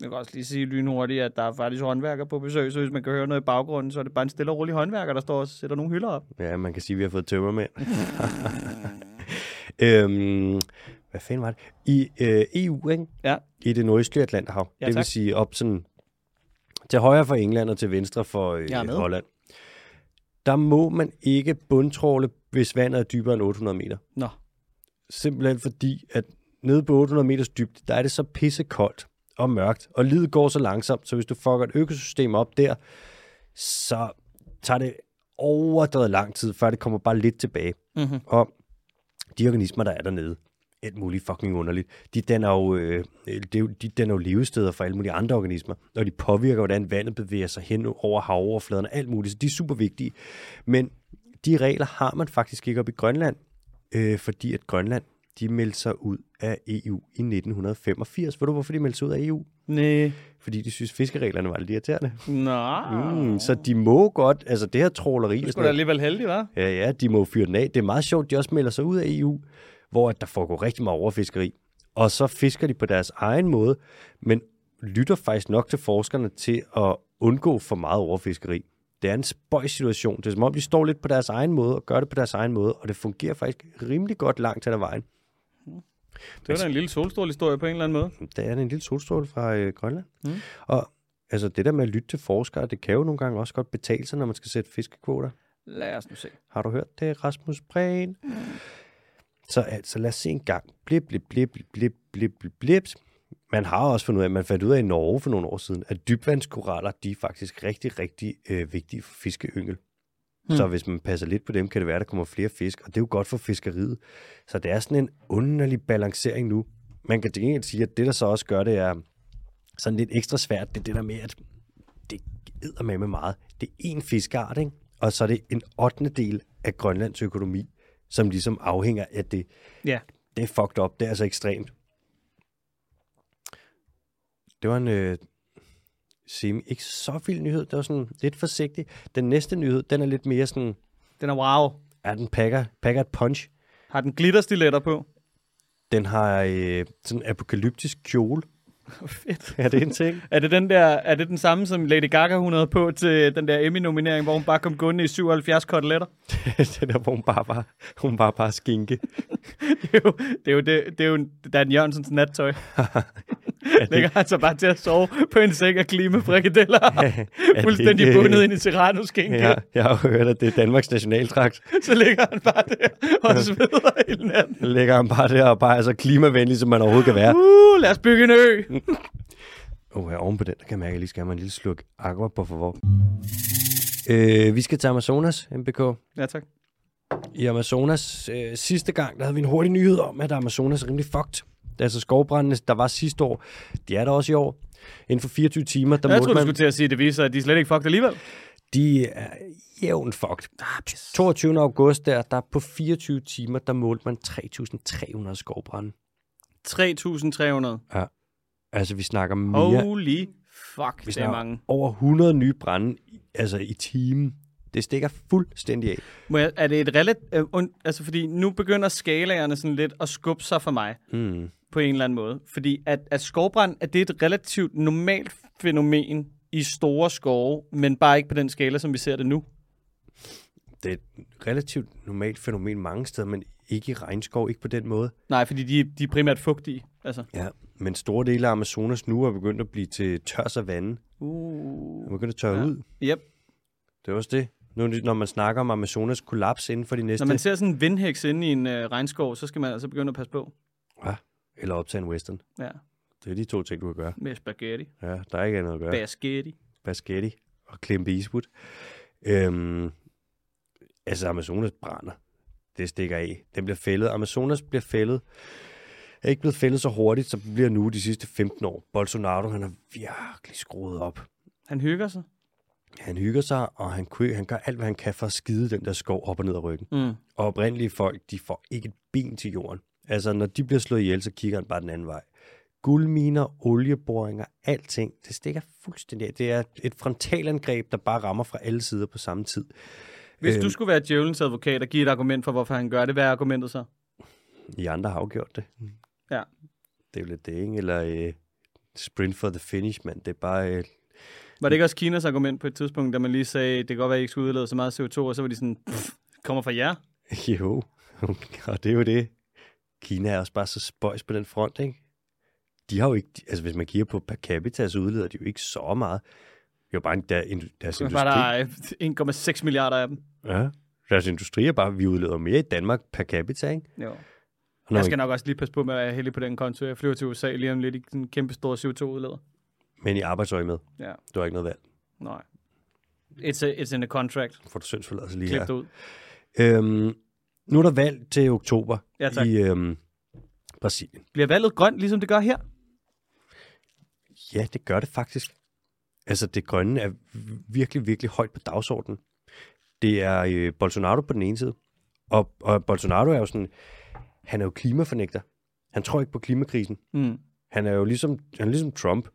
B: Jeg kan også lige sige lynhurtigt, at der er faktisk håndværker på besøg, så hvis man kan høre noget i baggrunden, så er det bare en stille og rolig håndværker, der står og sætter nogle hylder op.
A: Ja, man kan sige, at vi har fået tømmer med. [laughs] øhm, hvad fanden var det? I øh, EU, ikke?
B: Ja,
A: I det nordøstlige Atlanterhav.
B: Ja,
A: det
B: tak.
A: vil sige op sådan, til højre for England og til venstre for øh,
B: Jeg er med.
A: Holland. Der må man ikke bundtråle, hvis vandet er dybere end 800 meter.
B: nå.
A: Simpelthen fordi, at nede på 800 meters dybde, der er det så pissekoldt og mørkt, og livet går så langsomt, så hvis du fucker et økosystem op der, så tager det overdrevet lang tid, før det kommer bare lidt tilbage.
B: Mm-hmm.
A: Og de organismer, der er dernede, alt muligt fucking underligt, de danner jo, øh, det er jo- de danner jo levesteder for alle mulige andre organismer, og de påvirker, hvordan vandet bevæger sig hen over havoverfladen og alt muligt, så de er super vigtige. Men de regler har man faktisk ikke op i Grønland, øh, fordi at Grønland, de meldte sig ud af EU i 1985. Ved du, hvorfor de meldte sig ud af EU?
B: Næh.
A: Fordi de synes, fiskereglerne var lidt irriterende.
B: Nå.
A: Mm, så de må godt, altså det her tråleri...
B: Du
A: og sådan
B: skulle da alligevel heldig, hva'?
A: Ja, ja, de må jo fyre den af. Det er meget sjovt, de også melder sig ud af EU, hvor at der foregår rigtig meget overfiskeri. Og så fisker de på deres egen måde, men lytter faktisk nok til forskerne til at undgå for meget overfiskeri. Det er en spøjs situation. Det er som om, de står lidt på deres egen måde og gør det på deres egen måde, og det fungerer faktisk rimelig godt langt hen ad vejen.
B: Det var da en lille solstrålhistorie på en eller anden måde.
A: Der er en lille solstråle fra øh, Grønland.
B: Mm.
A: Mm. Og altså, det der med at lytte til forskere, det kan jo nogle gange også godt betale sig, når man skal sætte fiskekvoter.
B: Lad os nu se.
A: Har du hørt det, Rasmus Prehn? Så altså, lad os se en gang. Blip, blip, blip, blip, blip, blip, blip, blips. Man har også fundet ud af, man fandt ud af i Norge for nogle år siden, at dybvandskoraller, de er faktisk rigtig, rigtig øh, vigtige for fiskeyngel.
B: Hmm.
A: Hmm. Så hvis man passer lidt på dem, kan det være, der kommer flere fisk, og det er jo godt for fiskeriet. Så det er sådan en underlig balancering nu. Man kan til gengæld sige, at det, der så også gør det, er sådan lidt ekstra svært, det er det der med, at det æder med med meget. Det er én fiskart, ikke? og så er det en ottende del af Grønlands økonomi, som ligesom afhænger af det.
B: Ja.
A: Det er fucked up. Det er altså ekstremt. Det var en øh, semi, ikke så vild nyhed. Det var sådan lidt forsigtig. Den næste nyhed, den er lidt mere sådan,
B: Den er wow.
A: er den pakker, pakker et punch.
B: Har den glitterstiletter på?
A: Den har øh, sådan en apokalyptisk kjole.
B: Fedt.
A: Er det en ting?
B: Er det, den der, er det den samme, som Lady Gaga hun havde på til den der Emmy-nominering, hvor hun bare kom gående i 77 koteletter? [laughs]
A: den der, hvor hun bare bare, hun bare, bare skinke. [laughs]
B: det er jo det, er jo, det er jo en Dan Jørgensens nattøj.
C: det-
B: [laughs] Ligger han så bare til at sove på en seng af
A: [laughs]
B: klimafrikadeller. [laughs] Fuldstændig
A: ikke-
B: bundet ind i Serrano-skinke.
A: Ja, jeg har jo hørt, at det er Danmarks nationaltragt.
B: [laughs] Så ligger han bare
A: [laughs]
B: der og sveder hele natten.
A: Lægger han bare der og bare er så klimavenlig, som man overhovedet kan være.
B: Uh, lad os bygge en ø.
A: Mm. Oh, her oven på den, der kan jeg mærke, at jeg lige skal have mig en lille sluk aqua på forvor. Øh, vi skal til Amazonas, MBK.
B: Ja, tak.
A: I Amazonas øh, sidste gang, der havde vi en hurtig nyhed om, at Amazonas er rimelig fucked. Altså skovbrændene, der var sidste år, de er der også i år. Inden for 24 timer, der
B: Jeg
A: målte
B: tror du
A: man...
B: skulle til at sige, at det viser, at de er slet ikke fucked alligevel.
A: De er jævnt fucked. 22. august, der, der på 24 timer, der målte man 3.300 skovbrænde.
B: 3.300.
A: Altså, vi snakker mere...
B: Holy fuck,
A: vi
B: det er
A: snakker
B: mange.
A: over 100 nye brænde i- altså i timen. Det stikker fuldstændig af.
B: Må jeg, er det et relativt... Øh, und- altså, fordi nu begynder skalaerne sådan lidt at skubbe sig for mig
A: Mm.
B: på en eller anden måde. Fordi at, at skovbrand, at det er et relativt normalt fænomen i store skove, men bare ikke på den skala, som vi ser det nu.
A: Det er et relativt normalt fænomen mange steder, men ikke i regnskov, ikke på den måde.
B: Nej, fordi de, de er primært fugtige. Altså.
A: Ja. Men store dele af Amazonas nu er begyndt at blive til tør savanne.
B: Uh.
A: Er begyndt at tørre
B: Ja.
A: ja. ud.
B: Yep.
A: Det er også det. Nu, er det- når man snakker om Amazonas kollaps inden for de næste...
B: Når man ser sådan en vindhæks inde i en øh, regnskov, så skal man altså begynde at passe på.
A: Ja. Eller optage en western.
B: Ja,
A: Det er de to ting, du kan gøre.
B: med spaghetti.
A: Ja, der er ikke andet at gøre.
B: Spaghetti.
A: Basketti og Clint Eastwood. Øhm, altså, Amazonas brænder. Det stikker af. Den bliver fældet. Amazonas bliver fældet. Er ikke blevet fældet så hurtigt, som den bliver nu de sidste 15 år. Bolsonaro, han har virkelig skruet op.
B: Han hygger sig.
A: Han hygger sig, og han, kø, han gør alt, hvad han kan for at skide den der skov op og ned ad ryggen.
B: Mm.
A: Og oprindelige folk, de får ikke et ben til jorden. Altså, når de bliver slået ihjel, så kigger han bare den anden vej. Guldminer, olieboringer, alting, det stikker fuldstændig af. Det er et frontalangreb, der bare rammer fra alle sider på samme tid.
B: Hvis
A: Øhm.
B: du skulle være djævelens advokat og give et argument for, hvorfor han gør det, hvad er argumentet så?
A: I andre har jo gjort det.
B: Ja.
A: Det er jo lidt det, ikke? Eller øh, sprint for the finish, mand. Det er bare... Øh,
B: Var det ikke også Kinas argument på et tidspunkt, da man lige sagde, det kan godt være, at I ikke skulle udlede så meget CO2, og så var de sådan, "Pff, kommer fra jer?
A: [laughs] jo, og det er jo det. Kina er også bare så spøjs på den front, ikke? De har jo ikke... Altså, hvis man kigger på per capita, så udleder de jo ikke så meget. Det er jo bare en, der, en, deres
B: Så
A: industri.
B: var der øh, 1,6 milliarder af dem.
A: Ja. Deres industri er bare, vi udleder mere i Danmark per capita, ikke?
B: Jo.
A: Og når
B: Jeg
A: man,
B: skal nok også lige passe på med at være heldig på den konto. Jeg flyver til USA lige om lidt i den kæmpe store CO2-udleder.
A: Men i arbejdsøje med.
B: Ja,
A: Du har ikke noget valg.
B: nej. It's, a, it's in the contract.
A: Får du syndsforladelse lige
B: Klip
A: her.
B: det ud.
A: Øhm, nu er der valg til oktober
B: Ja, tak.
A: i øhm, Brasilien.
B: Bliver valget grønt, ligesom det gør her?
A: Ja, det gør det faktisk. Altså, det grønne er virkelig, virkelig højt på dagsordenen. Det er øh, Bolsonaro på den ene side. Og, og Bolsonaro er jo sådan, han er jo klimafornægter. Han tror ikke på klimakrisen.
B: Mm.
A: Han er jo ligesom, han er ligesom Trump.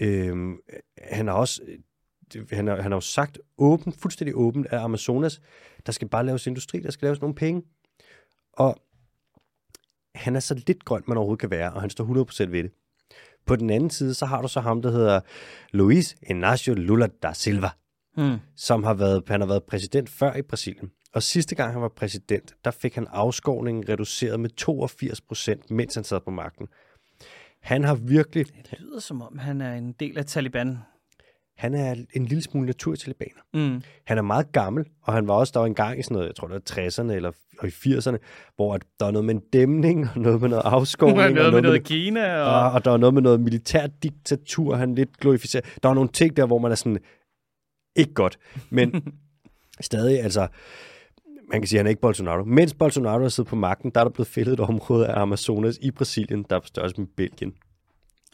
A: Øhm, han har også øh, det- han har, han har jo sagt åbent, fuldstændig åbent, at Amazonas, der skal bare laves industri, der skal laves nogle penge. Og han er så lidt grøn, man overhovedet kan være, og han står 100% ved det. På den anden side, så har du så ham, der hedder Luis Inácio Lula da Silva,
B: Mm.
A: som har været, han har været præsident før i Brasilien. Og sidste gang han var præsident, der fik han afskovningen reduceret med 82 procent, mens han sad på magten. Han har virkelig,
B: Det lyder som om, han er en del af Taliban.
A: han er en lille smule naturtalibaner.
B: Mm.
A: Han er meget gammel, og han var også, der var en gang i sådan noget, jeg tror det var 60'erne eller og i 80'erne, hvor at der var noget med en dæmning, og noget med
B: [laughs]
A: noget Ah. afskovning,
B: Noget,
A: og
B: noget med noget Kina, og...
A: og, og der var noget med noget militært diktatur, han lidt glorificerer. Der var nogle ting der, hvor man er sådan, ikke godt,
B: [laughs]
A: men stadig, altså, man kan sige, at han er ikke Bolsonaro. Mens Bolsonaro har siddet på magten, der er der blevet fældet et område af Amazonas i Brasilien, der er på størrelse med Belgien.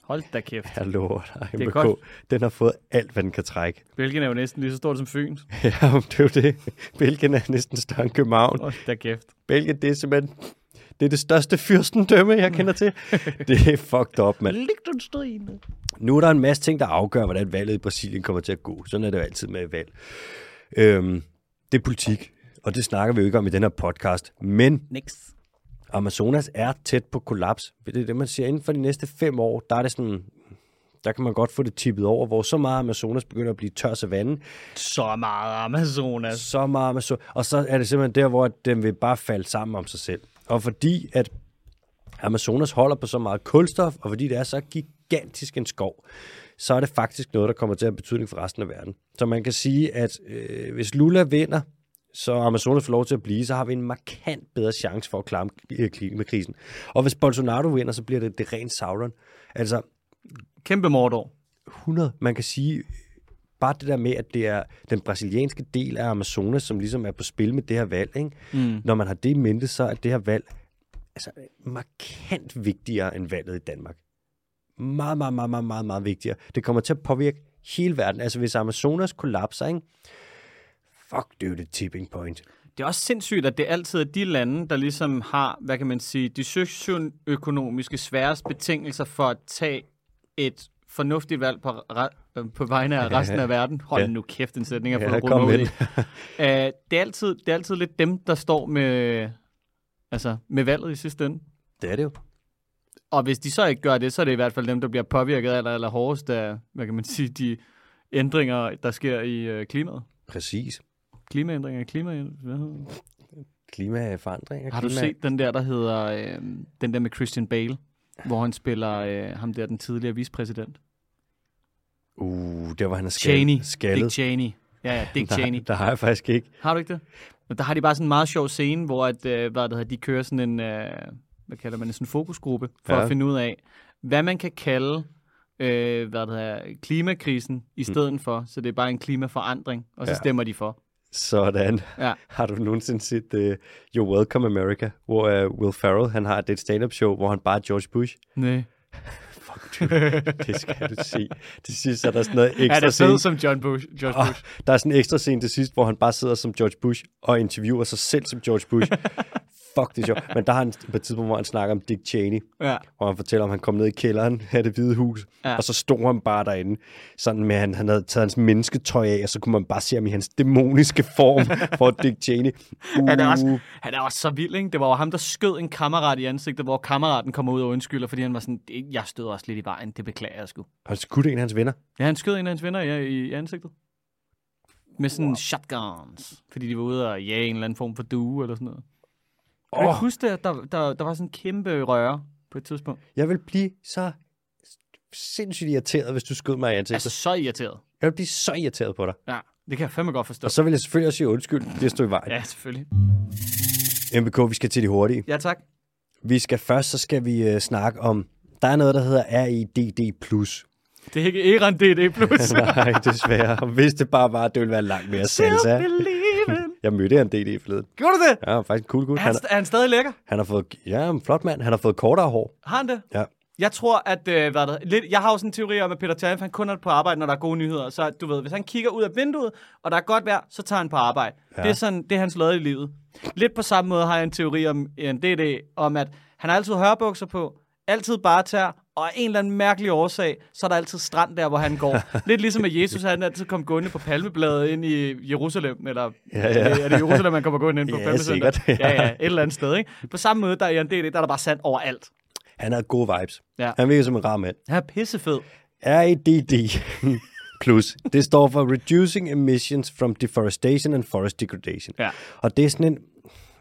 B: Hold da kæft.
A: Jeg lover dig,
B: Det er
A: MBK.
B: godt.
A: Den har fået alt, hvad den kan trække.
B: Belgien er jo næsten lige så stort som Fyn.
A: Ja, [laughs] men det er jo det. Belgien er næsten større end København.
B: Hold da kæft.
A: Belgien, det er simpelthen... Det er det største fyrstendømme, jeg kender til. Det er fucked up, mand.
B: Liechtenstein.
A: Nu er der en masse ting, der afgør, hvordan valget i Brasilien kommer til at gå. Sådan er det jo altid med valg. Øhm, det er politik, og det snakker vi jo ikke om i den her podcast. Men
B: Nix.
A: Amazonas er tæt på kollaps. Det er det, man siger. Inden for de næste fem år, der er det sådan... Der kan man godt få det tippet over, hvor så meget Amazonas begynder at blive tør savanne.
B: Så meget Amazonas.
A: Så meget Amazonas. Og så er det simpelthen der, hvor den vil bare falde sammen om sig selv. Og fordi at Amazonas holder på så meget kulstof, og fordi det er så gigantisk en skov, så er det faktisk noget, der kommer til at have betydning for resten af verden. Så man kan sige, at øh, hvis Lula vinder, så Amazonas får lov til at blive, så har vi en markant bedre chance for at klare øh, klimakrisen. Og hvis Bolsonaro vinder, så bliver det det rent Sauron. Altså,
B: Kæmpe mordår.
A: 100. Man kan sige, bare det der med, at det er den brasilianske del af Amazonas, som ligesom er på spil med det her valg. Ikke? Mm. Når man har det i mente, så er det her valg altså, markant vigtigere end valget i Danmark. Meget, meget, meget, meget, meget, meget vigtigere. Det kommer til at påvirke hele verden. Altså hvis Amazonas kollapser, ikke? fuck, det er jo det tipping point.
B: Det er også sindssygt, at det altid er de lande, der ligesom har, hvad kan man sige, de socioøkonomiske sværeste betingelser for at tage et fornuftigt valg på, re- øh, på vegne af resten af verden. Hold
A: Ja.
B: nu kæft, den sætning er
A: Ja,
B: fået
A: kom
B: rundt ud i.
A: med
B: [laughs] Øh, det, er altid, det er altid lidt dem, der står med, altså, med valget i sidste ende.
A: Det er det jo.
B: Og hvis de så ikke gør det, så er det i hvert fald dem, der bliver påvirket aller, aller hårdest af, hvad kan man sige, de ændringer, der sker i øh, klimaet.
A: Præcis.
B: Klimaændringer, klima... Hvad hedder det?
A: Klimaforandringer.
B: Har du
A: klima...
B: set den der, der hedder, øh, den der med Christian Bale, hvor han spiller øh, ham der, den tidligere vicepræsident?
A: Uh, der var han er
B: Cheney.
A: skaldet. skaldet.
B: Dick Cheney. Ja, ja,
A: [laughs]
B: Dick Cheney.
A: Der, der har jeg faktisk ikke.
B: Har du ikke det? Men der har de bare sådan en meget sjov scene, hvor at, øh, hvad det hedder, de kører sådan en, øh, hvad kalder man det, sådan en fokusgruppe, for ja.
A: Ja.
B: at finde ud af, hvad man kan kalde øh, hvad det hedder, klimakrisen i stedet mm. for. Så det er bare en klimaforandring, og så ja.
A: Ja.
B: stemmer de for.
A: Sådan.
B: Ja.
A: [laughs] Har du nogensinde set uh, You're Welcome America, hvor uh, Will Ferrell, han har det er et stand-up show, hvor han bare er George
B: [laughs]
A: Bush.
B: Nej.
A: Fuck, dude, det skal du se. Til sidst er der sådan
B: [laughs]
A: noget
B: Er
A: ekstra
B: det fed
A: scene. Ah.
B: som John Bush? George Bush?
A: Og der er sådan en ekstra scene til sidst, hvor han bare sidder som George Bush og interviewer sig selv som George
B: [laughs]
A: Bush. Fuck, det er sjovt. Men der har han på et tidspunkt, hvor han snakker om Dick Cheney,
B: Ja.
A: hvor han fortæller, om han kom ned i kælderen af det hvide hus,
B: Ja.
A: ja. og så stod han bare derinde, sådan med, at han, han havde taget hans mennesketøj af, og så kunne man bare se ham i hans dæmoniske
B: [laughs]
A: form for Dick Cheney. Uh,
B: Han er, også, han er også så vild, ikke? Det var jo ham, der skød en kammerat i ansigtet, hvor kammeraten kommer ud og undskylder, fordi han var sådan, "Det- jeg stod også lidt i vejen, det beklager jeg sgu.
A: Han skudte en af hans venner.
B: Ja, han skød en af hans venner ja, i ansigtet. Med sådan wow. shotguns. Fordi de var ude og jage en eller anden form for due eller sådan noget. Oh. Jeg
A: Åh.
B: husker, at der, der, der var sådan en kæmpe røre på et tidspunkt.
A: Jeg vil blive så sindssygt irriteret, hvis du skød mig i ansigtet.
B: Altså
A: Altså...
B: så irriteret.
A: Jeg vil blive så irriteret på dig.
B: Ja, det kan jeg fandme godt forstå.
A: Og så vil jeg selvfølgelig også sige undskyld, fordi jeg stod i vejen.
B: Ja, selvfølgelig.
A: Ja. MBK, vi skal til de hurtige.
B: Ja, tak.
A: Vi skal først, så skal vi øh, snakke om, der er noget, der hedder E RIDD+.
B: Det er ikke Eran DD+. [laughs]
A: [laughs]
B: plus.
A: Nej, desværre. Og Hvis det bare var, det ville være langt mere salsa. Jeg mødte en DD forleden.
B: Gjorde du det?
A: Ja, han er faktisk en cool gut.
B: Er han,
A: Han,
B: st- er han stadig lækker?
A: han har fået, ja, en flot mand. Han har fået kortere hår.
B: Har han det?
A: Ja.
B: Jeg tror, at... Øh, hvad er det, lidt, jeg har jo sådan en teori om, at Peter Tjernf, han kun er på arbejde, når der er gode nyheder. Så du ved, hvis han kigger ud af vinduet, og der er godt vejr, så tager han på arbejde. Ja. Det er sådan, det er hans lod i livet. Lidt på samme måde har jeg en teori om en DD, om at han har altid hørbukser på, altid bare tær, og af en eller anden mærkelig årsag, så er der altid strand der, hvor
A: [laughs]
B: han går. Lidt ligesom at Jesus, han altid kom gående på palmebladet ind i Jerusalem, eller
A: Ja, ja.
B: Er, det, er det Jerusalem, man kommer gående ind på
A: [laughs] Ja,
B: palmecenter?
A: sikkert.
B: Ja, ja, et eller andet sted, ikke? På samme måde, der er i en DD, der er der bare sand overalt.
A: Han har gode vibes.
B: Ja.
A: Han virker som en rar mand.
B: Han er pissefed.
A: REDD [laughs] plus, det står for Reducing Emissions from Deforestation and Forest Degradation.
B: Ja.
A: Og det er sådan en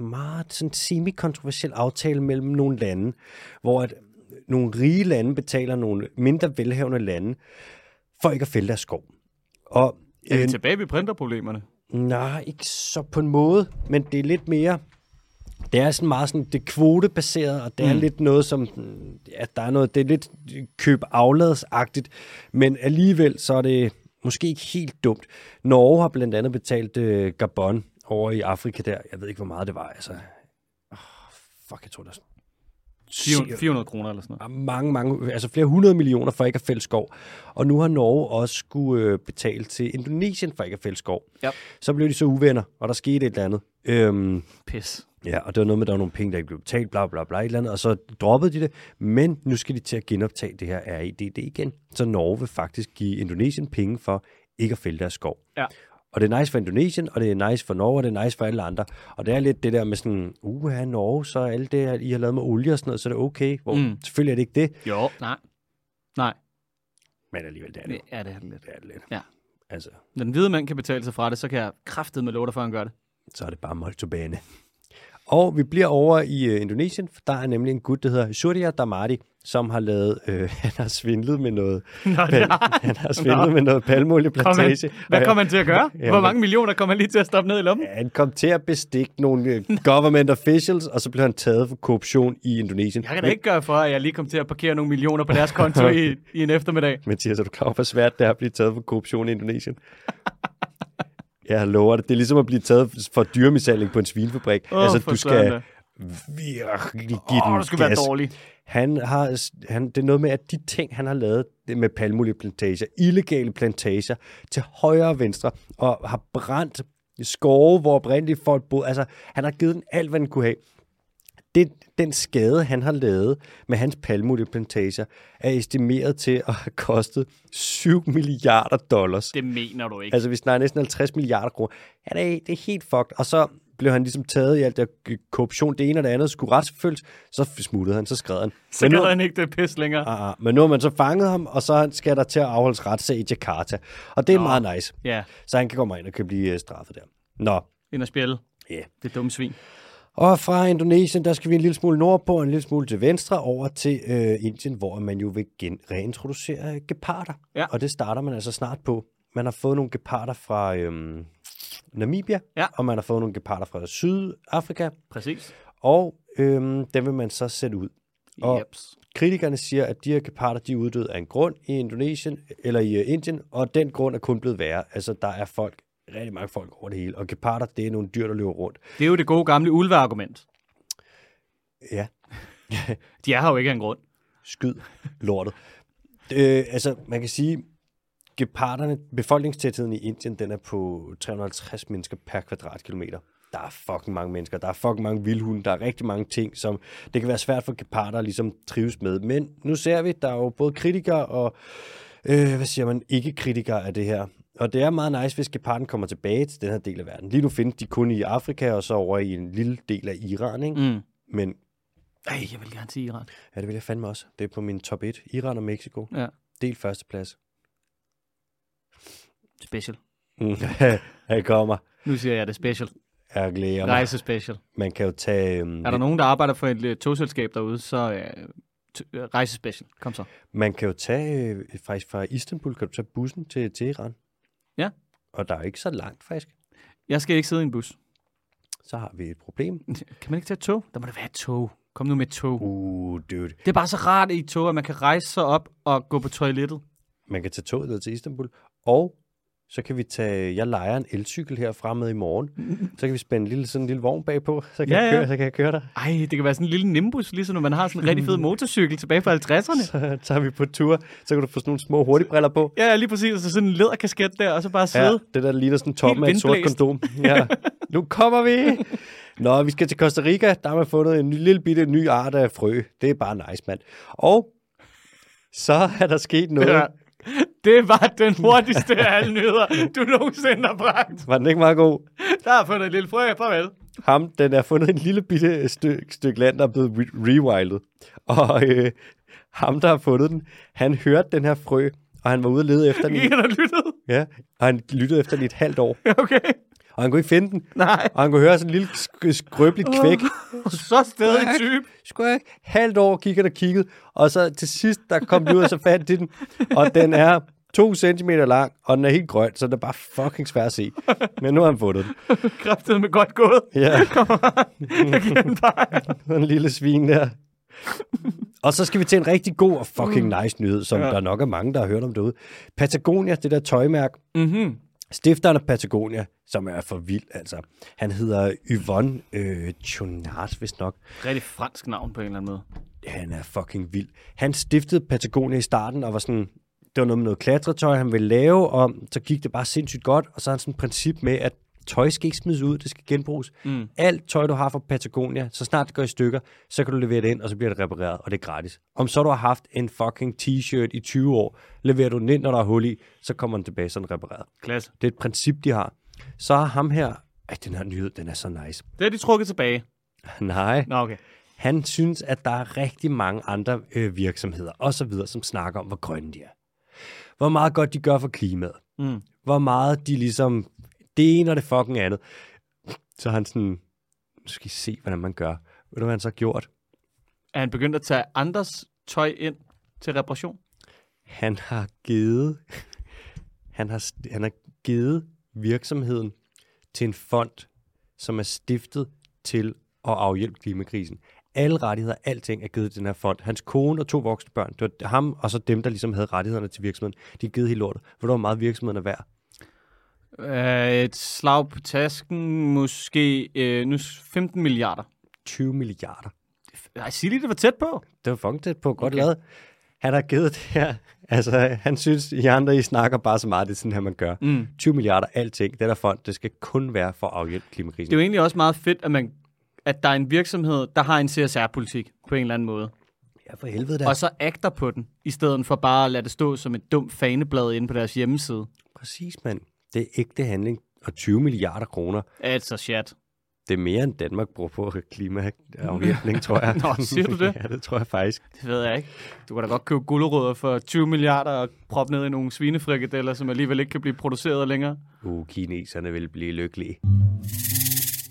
A: meget sådan semi-kontroversiel aftale mellem nogle lande, hvor at nogle rige lande betaler nogle mindre velhavende lande for ikke at fælde deres skov. Og
B: Er vi tilbage ved printerproblemerne?
A: Nej, ikke så på en måde, men det er lidt mere... Det er sådan meget sådan, det er kvotebaseret, og det er lidt noget som, mm, ja, der er noget, det er lidt køb afladsagtigt, men alligevel så er det måske ikke helt dumt. Norge har blandt andet betalt øh, Gabon over i Afrika der, jeg ved ikke, hvor meget det var, altså. Oh, fuck, jeg tror, det er
B: 400, 400 kroner eller sådan noget.
A: mange, mange, altså flere hundrede millioner for ikke at fælde skov. Og nu har Norge også skulle øh, betale til Indonesien for ikke at fælde skov.
B: Ja.
A: Så blev de så uvenner, og der skete et eller andet. Øhm,
B: Ah, Pis.
A: ja, og det var noget med, at der var nogle penge, der ikke blev betalt, bla bla bla, et eller andet, og så droppede de det. Men nu skal de til at genoptage det her REDD igen. Så Norge vil faktisk give Indonesien penge for ikke at fælde deres skov.
B: Ja.
A: Og det er nice for Indonesien, og det er nice for Norge, og det er nice for alle andre. Og det er lidt det der med sådan, uha, Norge, så alt det, her, I har lavet med olie og sådan noget, så er det okay. Hvor,
B: Mm.
A: mm. Selvfølgelig er det ikke det,
B: Jo. Nej. Nej.
A: men alligevel, det er det.
B: Det er det her lidt.
A: Det er det lidt.
B: Ja.
A: Altså,
B: Når den hvide mand kan betale sig fra det, så kan jeg kraftet med låter, før han gør det.
A: så er det bare Moltobane. Og vi bliver over i øh, Indonesien, for der er nemlig en gut, der hedder Surya Damati, som har lavet, øh, [laughs] han har svindlet med
B: [laughs]
A: noget,
B: [laughs] Nå,
A: pal-
B: nej.
A: han har svindlet med noget
B: Kom han,
A: palmeolieplantage.
B: hvad
A: Og-
B: kommer han til at gøre?
A: Ja,
B: Hvor
A: men-
B: mange millioner kommer han lige til at stoppe ned i lommen?
A: Han kom til at bestikke nogle øh, government officials, og så blev han taget for korruption i Indonesien.
B: Jeg kan da ikke gøre for, at jeg lige kom til at parkere nogle millioner på deres konto i, i en eftermiddag.
A: [laughs] Mathias, er du klar over, hvor svært det er at blive taget for korruption i Indonesien? [laughs] Jeg lover det. Det er ligesom at blive taget for dyremishandling på en svinefabrik.
B: Åh,
A: altså,
B: for
A: du
B: søren
A: skal
B: da.
A: virkelig give
B: Åh,
A: den
B: du skal være
A: gas.
B: dårlig.
A: Han har, han, det er noget med, at de ting, han har lavet det med palmolieplantager, illegale plantager, til højre og venstre, og har brændt skove, hvor oprindeligt folk boede. Altså, han har givet den alt, hvad den kunne have. Det, den skade, han har lavet med hans palmolieplantager, er estimeret til at have kostet 7 milliarder dollars.
B: Det mener du ikke.
A: Altså, vi snakker næsten 50 milliarder kroner. Ja, det er, det er helt fucked. Og så blev han ligesom taget i alt der korruption, det ene og det andet, skulle retsforfølges, så smuttede han, så skred han.
B: Så
A: Men nu-
B: gør han ikke det pis længere.
A: Ah, ah. men nu har man så fanget ham, og så skal der til at afholdes retssag i Jakarta. Og det er Nå. meget nice.
B: Ja,
A: Så han kan komme ind og kan blive øh, straffet der. Nå,
B: ind og spjælde.
A: ja. Yeah.
B: Det dumme svin.
A: Og fra Indonesien, der skal vi en lille smule nordpå, og en lille smule til venstre, over til øh, Indien, hvor man jo vil gen- reintroducere øh, geparder.
B: Ja.
A: Og det starter man altså snart på. Man har fået nogle geparder fra øhm, Namibia,
B: Ja.
A: og man har fået nogle geparder fra Sydafrika,
B: Præcis.
A: og øhm, dem vil man så sætte ud. Og
B: Jeps.
A: Kritikerne siger, at de her geparder, de er uddøde af en grund i Indonesien, eller i øh, Indien, og den grund er kun blevet værre. Altså, der er folk, rigtig mange folk over det hele, og geparder, det er nogle dyr, der løber rundt.
B: Det er jo det gode gamle ulveargument.
A: Ja,
B: [laughs] De er her jo ikke af en grund.
A: skyd lortet. Øh, altså, man kan sige, geparderne, befolkningstætheden i Indien, den er på 350 mennesker per kvadratkilometer. Der er fucking mange mennesker, der er fucking mange vildhunde, der er rigtig mange ting, som det kan være svært for geparder at ligesom trives med. Men nu ser vi, der er jo både kritikere og, øh, hvad siger man, ikke kritikere af det her. Og det er meget nice, hvis geparden kommer tilbage til den her del af verden. Lige nu findes de kun i Afrika og så over i en lille del af Iran, ikke?
B: Mm.
A: Men
B: Ej, jeg vil gerne sige Iran.
A: ja, det vil jeg fandme også. Det er på min top 1. Iran og Mexico.
B: Ja,
A: Del førsteplads.
B: special.
A: Mm. [laughs] Her kommer.
B: Nu siger jeg det special.
A: Jeg glæder mig.
B: Rejse special.
A: Man kan jo tage... Øhm,
B: Er der nogen, der arbejder for et øh, togselskab derude, så øh, t- øh, rejse special. Kom så.
A: man kan jo tage... Øh, faktisk fra Istanbul kan du tage bussen til Teheran.
B: Ja.
A: Og der er ikke så langt, faktisk.
B: Jeg skal ikke sidde i en bus.
A: Så har vi et problem.
B: [laughs] Kan man ikke tage et tog? Der må det være et tog. Kom nu med et tog.
A: Uh, dude.
B: Det er bare så rart i et tog, at man kan rejse sig op og gå på toilettet.
A: Man kan tage toget ned til Istanbul. Og så kan vi tage... Jeg leger en elcykel herfra med i
B: [laughs]
A: morgen. Så kan vi spænde en lille, sådan en lille vogn bagpå. Så kan,
B: Ja,
A: jeg,
B: ja.
A: køre, så kan jeg køre dig.
B: Ej, det kan være sådan en lille nimbus, ligesom når man har sådan en rigtig [laughs] fed motorcykel tilbage fra 50'erne.
A: [laughs] Så tager vi på tur. Så kan du få sådan nogle små hurtigbriller på.
B: Ja, lige præcis. Og så sådan en læderkasket der, og så bare sidde.
A: Ja, det der ligner sådan toppen af et sort
B: vindblæst. [laughs]
A: kondom. Ja. nu kommer vi! Nå, vi skal til Costa Rica. Der har man fundet en ny, lille bitte ny art af frø. Det er bare nice, mand. Og så er der sket noget.
B: Ja. Det var den hurtigste af alle nyheder, du nogensinde har bragt.
A: Var den ikke meget god?
B: Der har fundet et lille frø, farvel.
A: Ham, den er fundet en lille bitte stykke, stykke land, der er blevet re- rewildet. Og øh, ham, der har fundet den, han hørte den her frø, og han var ude og lede efter den.
B: [laughs] Gik
A: i-
B: han og lyttede?
A: Ja, og han lyttede efter den i et halvt år.
B: [laughs] Okay.
A: Og han kunne ikke finde den.
B: Nej.
A: Og han kunne høre sådan en lille sk- skrøbeligt kvæk.
B: Så stedig type.
A: Squirk. Halvt år gik han og kiggede, og så til sidst, der kom de ud, og så fandt de den. Og den er to centimeter lang, og den er helt grøn, så den er bare fucking svær at se. Men nu har han fundet den.
B: Kræftet med godt gået.
A: Ja,
B: Jeg giver den bare.
A: [laughs] den lille svin der. Og så skal vi til en rigtig god og fucking
B: Mm.
A: nice nyhed, som ja. der nok er mange, der har hørt om derude. Patagonia, det der tøjmærke,
B: Mm-hmm.
A: stifteren af Patagonia, som er for vild, altså. Han hedder Yvonne øh, Chouinard, hvis nok.
B: Rigtig fransk navn på en eller anden måde.
A: han er fucking vild. Han stiftede Patagonia i starten og var sådan, det var noget med noget klatretøj, han ville lave, og så gik det bare sindssygt godt, og så har han sådan et princip med, at tøj skal ikke smides ud, det skal genbruges. Mm. Alt tøj, du har fra Patagonia, så snart det går i stykker, så kan du levere det ind, og så bliver det repareret, og det er gratis. Om så du har haft en fucking t-shirt i 20 år, leverer du den ind, når der er hul i, så kommer den tilbage sådan repareret.
B: Klasse.
A: Det er et princip, de har. Så har ham her, ej, den her nyhed, den er så nice. [laughs]
B: Det har de trukket tilbage.
A: Nej.
B: Nå, okay.
A: Han synes, at der er rigtig mange andre øh, virksomheder osv., som snakker om, hvor grønne de er. Hvor meget godt de gør for klimaet.
B: Mm.
A: Hvor meget de ligesom... Det ene og det fucking andet. Så er han sådan... nu skal I se, hvordan man gør. Ved du, hvad han så har gjort?
B: Er han begyndt at tage andres tøj ind til reparation?
A: Han har givet, han har, st- han har givet virksomheden til en fond, som er stiftet til at afhjælpe klimakrisen. Alle rettigheder, alting er givet til den her fond. Hans kone og to voksne børn, det var ham og så dem, der ligesom havde rettighederne til virksomheden, de er givet hele lortet. Ved du, hvor meget virksomheden er værd?
B: Uh, et slag på tasken, måske uh, nu s- 15 milliarder.
A: 20 milliarder.
B: Nej, sig lige, det var tæt på.
A: Det var fucking tæt på. Godt
B: Okay.
A: okay. lavet. Han har givet det her. Altså, han synes, I andre, I snakker bare så meget, det er sådan her, man gør.
B: Mm.
A: 20 milliarder, alting, den er fond, det skal kun være for at afhjælpe klimakrisen.
B: Det er jo egentlig også meget fedt, at, man, at der er en virksomhed, der har en CSR-politik på en eller anden måde.
A: Ja, for helvede da.
B: Ja. Og så agter på den, i stedet for bare at lade det stå som et dumt faneblad inde på deres hjemmeside.
A: Præcis, mand. Det er ægte handling. Og 20 milliarder kroner,
B: Altså chat.
A: det er mere end Danmark bruger på klimaafhjælpning, tror jeg.
B: [laughs] Nå, siger du det?
A: ja, det tror jeg faktisk.
B: Det ved jeg ikke. Du kan da godt købe gulerødder for 20 milliarder og proppe ned i nogle svinefrikadeller, som alligevel ikke kan blive produceret længere.
A: Uh, kineserne vil blive lykkelige.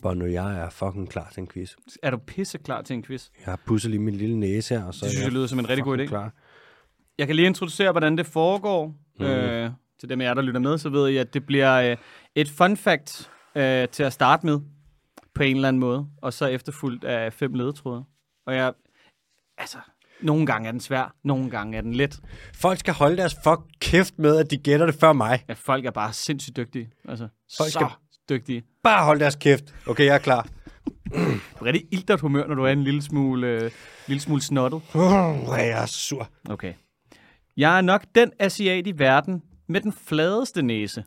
A: Bono, jeg er fucking klar til en quiz.
B: Er du pisse klar til en quiz?
A: Jeg har pudset lige min lille næse her, og så
B: Det synes
A: er
B: jeg lyder som en rigtig god
A: fucking
B: idé.
A: Klar. Mhm.
B: Jeg kan lige introducere, hvordan det foregår. Mm. Øh, til dem af jer, der lytter med, så ved I, at det bliver øh, et fun fact øh, til at starte med, på en eller anden måde, og så efterfulgt af fem ledetråde. Og jeg, altså, nogle gange er den svær, nogle gange er den let.
A: Folk skal holde deres fuck kæft med, at de gætter det før mig.
B: Ja, folk er bare sindssygt dygtige. Altså,
A: Folk
B: folk så
A: er-
B: dygtige.
A: Bare hold deres kæft. Okay, jeg er klar.
B: Du er rigtig ildert humør, når du er en lille smule, øh, lille smule snottet.
A: Uh, jeg er sur.
B: Okay. Jeg er nok den asiat i verden med den fladeste næse.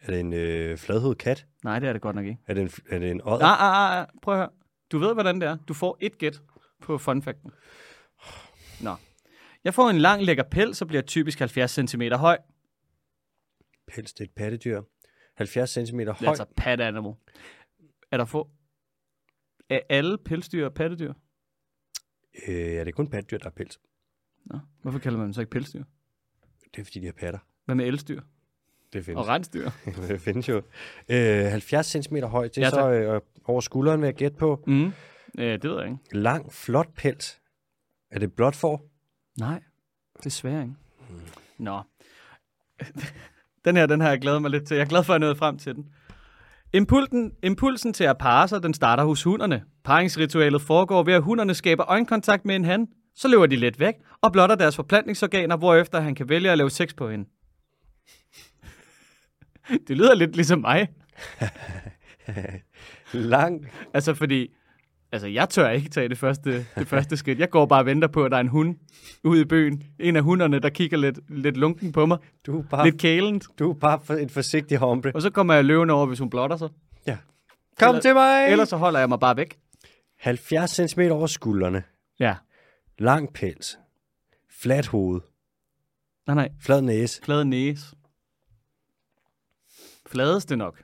A: Er det en øh, fladhed kat?
B: Nej, det er det godt nok ikke.
A: Er det en, er det en odder?
B: Ah, ah, ah, ah, prøv at høre. Du ved, hvordan det er. Du får et gæt på funfakten. Nå. Jeg får en lang lækker pels og bliver typisk 70 cm høj.
A: Pels, det er et pattedyr. 70 cm høj.
B: høj. Altså pat animal. Er der få? Er alle pelsdyr og pattedyr?
A: Øh, er det kun pattedyr, der er pels?
B: Nå. Hvorfor kalder man dem så ikke pelsdyr?
A: Det er fordi, de har patter.
B: Hvad med elstyr
A: Det findes,
B: og rensdyr?
A: [laughs] det findes jo. Øh, 70 cm høj, det er
B: Ja,
A: ja, så øh, over skulderen, vil jeg gætte på.
B: Mm. Øh, det ved jeg ikke.
A: Lang, flot pels. Er det blåt for?
B: Nej, desværre ikke. Nå. [laughs] den her, den har jeg glædet mig lidt til. Jeg er glad for, at jeg nåede frem til den. Impulsen, impulsen til at parre sig, den starter hos hunderne. Paringsritualet foregår ved, at hunderne skaber øjenkontakt med en han. Så løber de lidt væk og blotter deres forplantningsorganer, hvorefter han kan vælge at lave sex på hende. [laughs] det lyder lidt ligesom mig.
A: Lang.
B: Altså, fordi... Altså, jeg tør ikke tage det første, det første skridt. Jeg går bare og venter på, at der er en hund ude i byen. En af hunderne, der kigger lidt, lidt lunken på mig.
A: Du er bare,
B: Lidt kælent.
A: du er bare for, en forsigtig hombre.
B: Og så kommer jeg løvende over, hvis hun blotter sig.
A: Ja. Kom
B: Eller-
A: til mig!
B: Ellers så holder jeg mig bare væk.
A: 70 cm over skuldrene.
B: Ja.
A: Lang pels. Flat hoved.
B: Nej, nej.
A: Flad næse.
B: Flade næse. Fladeste nok.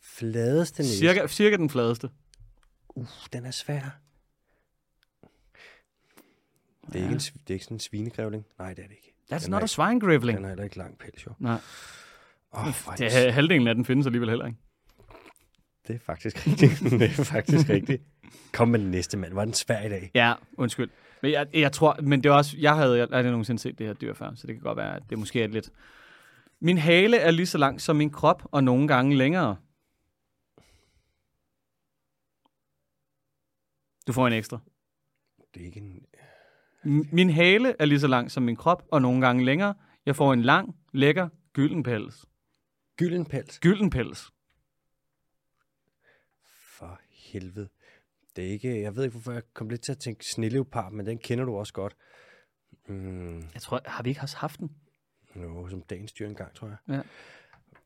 A: Fladeste næse.
B: Cirka, cirka den fladeste.
A: Uh, den er svær. Det er, ja. ikke en, sv- det er ikke sådan en svinegrævling. Nej, det er det ikke.
B: That's
A: Den
B: not
A: er
B: a swine graveling.
A: Den har heller ikke lang pels, jo.
B: Nej,
A: Åh, oh,
B: Mm, det er, halvdelen af den findes alligevel heller ikke.
A: det er faktisk rigtigt. [laughs] det er faktisk rigtigt. Kom med den næste, mand. Var den svær i dag?
B: Ja, undskyld. Men jeg, jeg tror, men det er også, jeg havde aldrig nogensinde set det her dyr før, så det kan godt være, at det måske er lidt... Min hale er lige så lang som min krop, og nogle gange længere. Du får en ekstra.
A: Det er ikke en...
B: M- Min hale er lige så lang som min krop, og nogle gange længere. Jeg får en lang, lækker, gylden pels.
A: Gylden pels.
B: Gylden pels.
A: For helvede. Det er ikke... Jeg ved ikke, hvorfor jeg kom lidt til at tænke sneleopard, men den kender du også godt. Mm,
B: Jeg tror, har vi ikke også haft den?
A: jo, som dagens dyr engang, tror jeg.
B: Ja.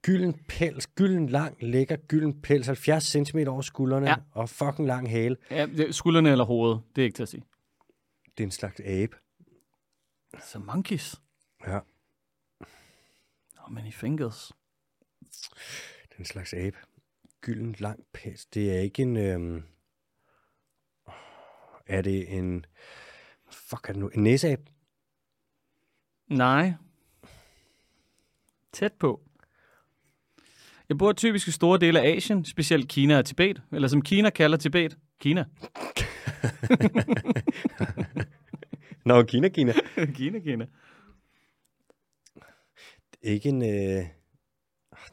A: Gylden pels. Gylden lang, lækker gylden pels. 70 cm over skuldrene
B: Ja.
A: ja. og fucking lang hale.
B: Ja, det- skuldrene eller hovedet, det er ikke til at sige.
A: Det er en slags abe.
B: Så monkeys.
A: Ja,
B: Oh, many fingers.
A: det er en slags abe. Gylden lang pels. Det er ikke en... Øhm... Er det en... Fuck, er det nu? En næseabe?
B: Nej. Tæt på. Jeg bor typisk i store dele af Asien, specielt Kina og Tibet, eller som Kina kalder Tibet, Kina.
A: Nå, Kina, Kina.
B: [laughs] Kina, Kina.
A: Ikke en... Øh... ah,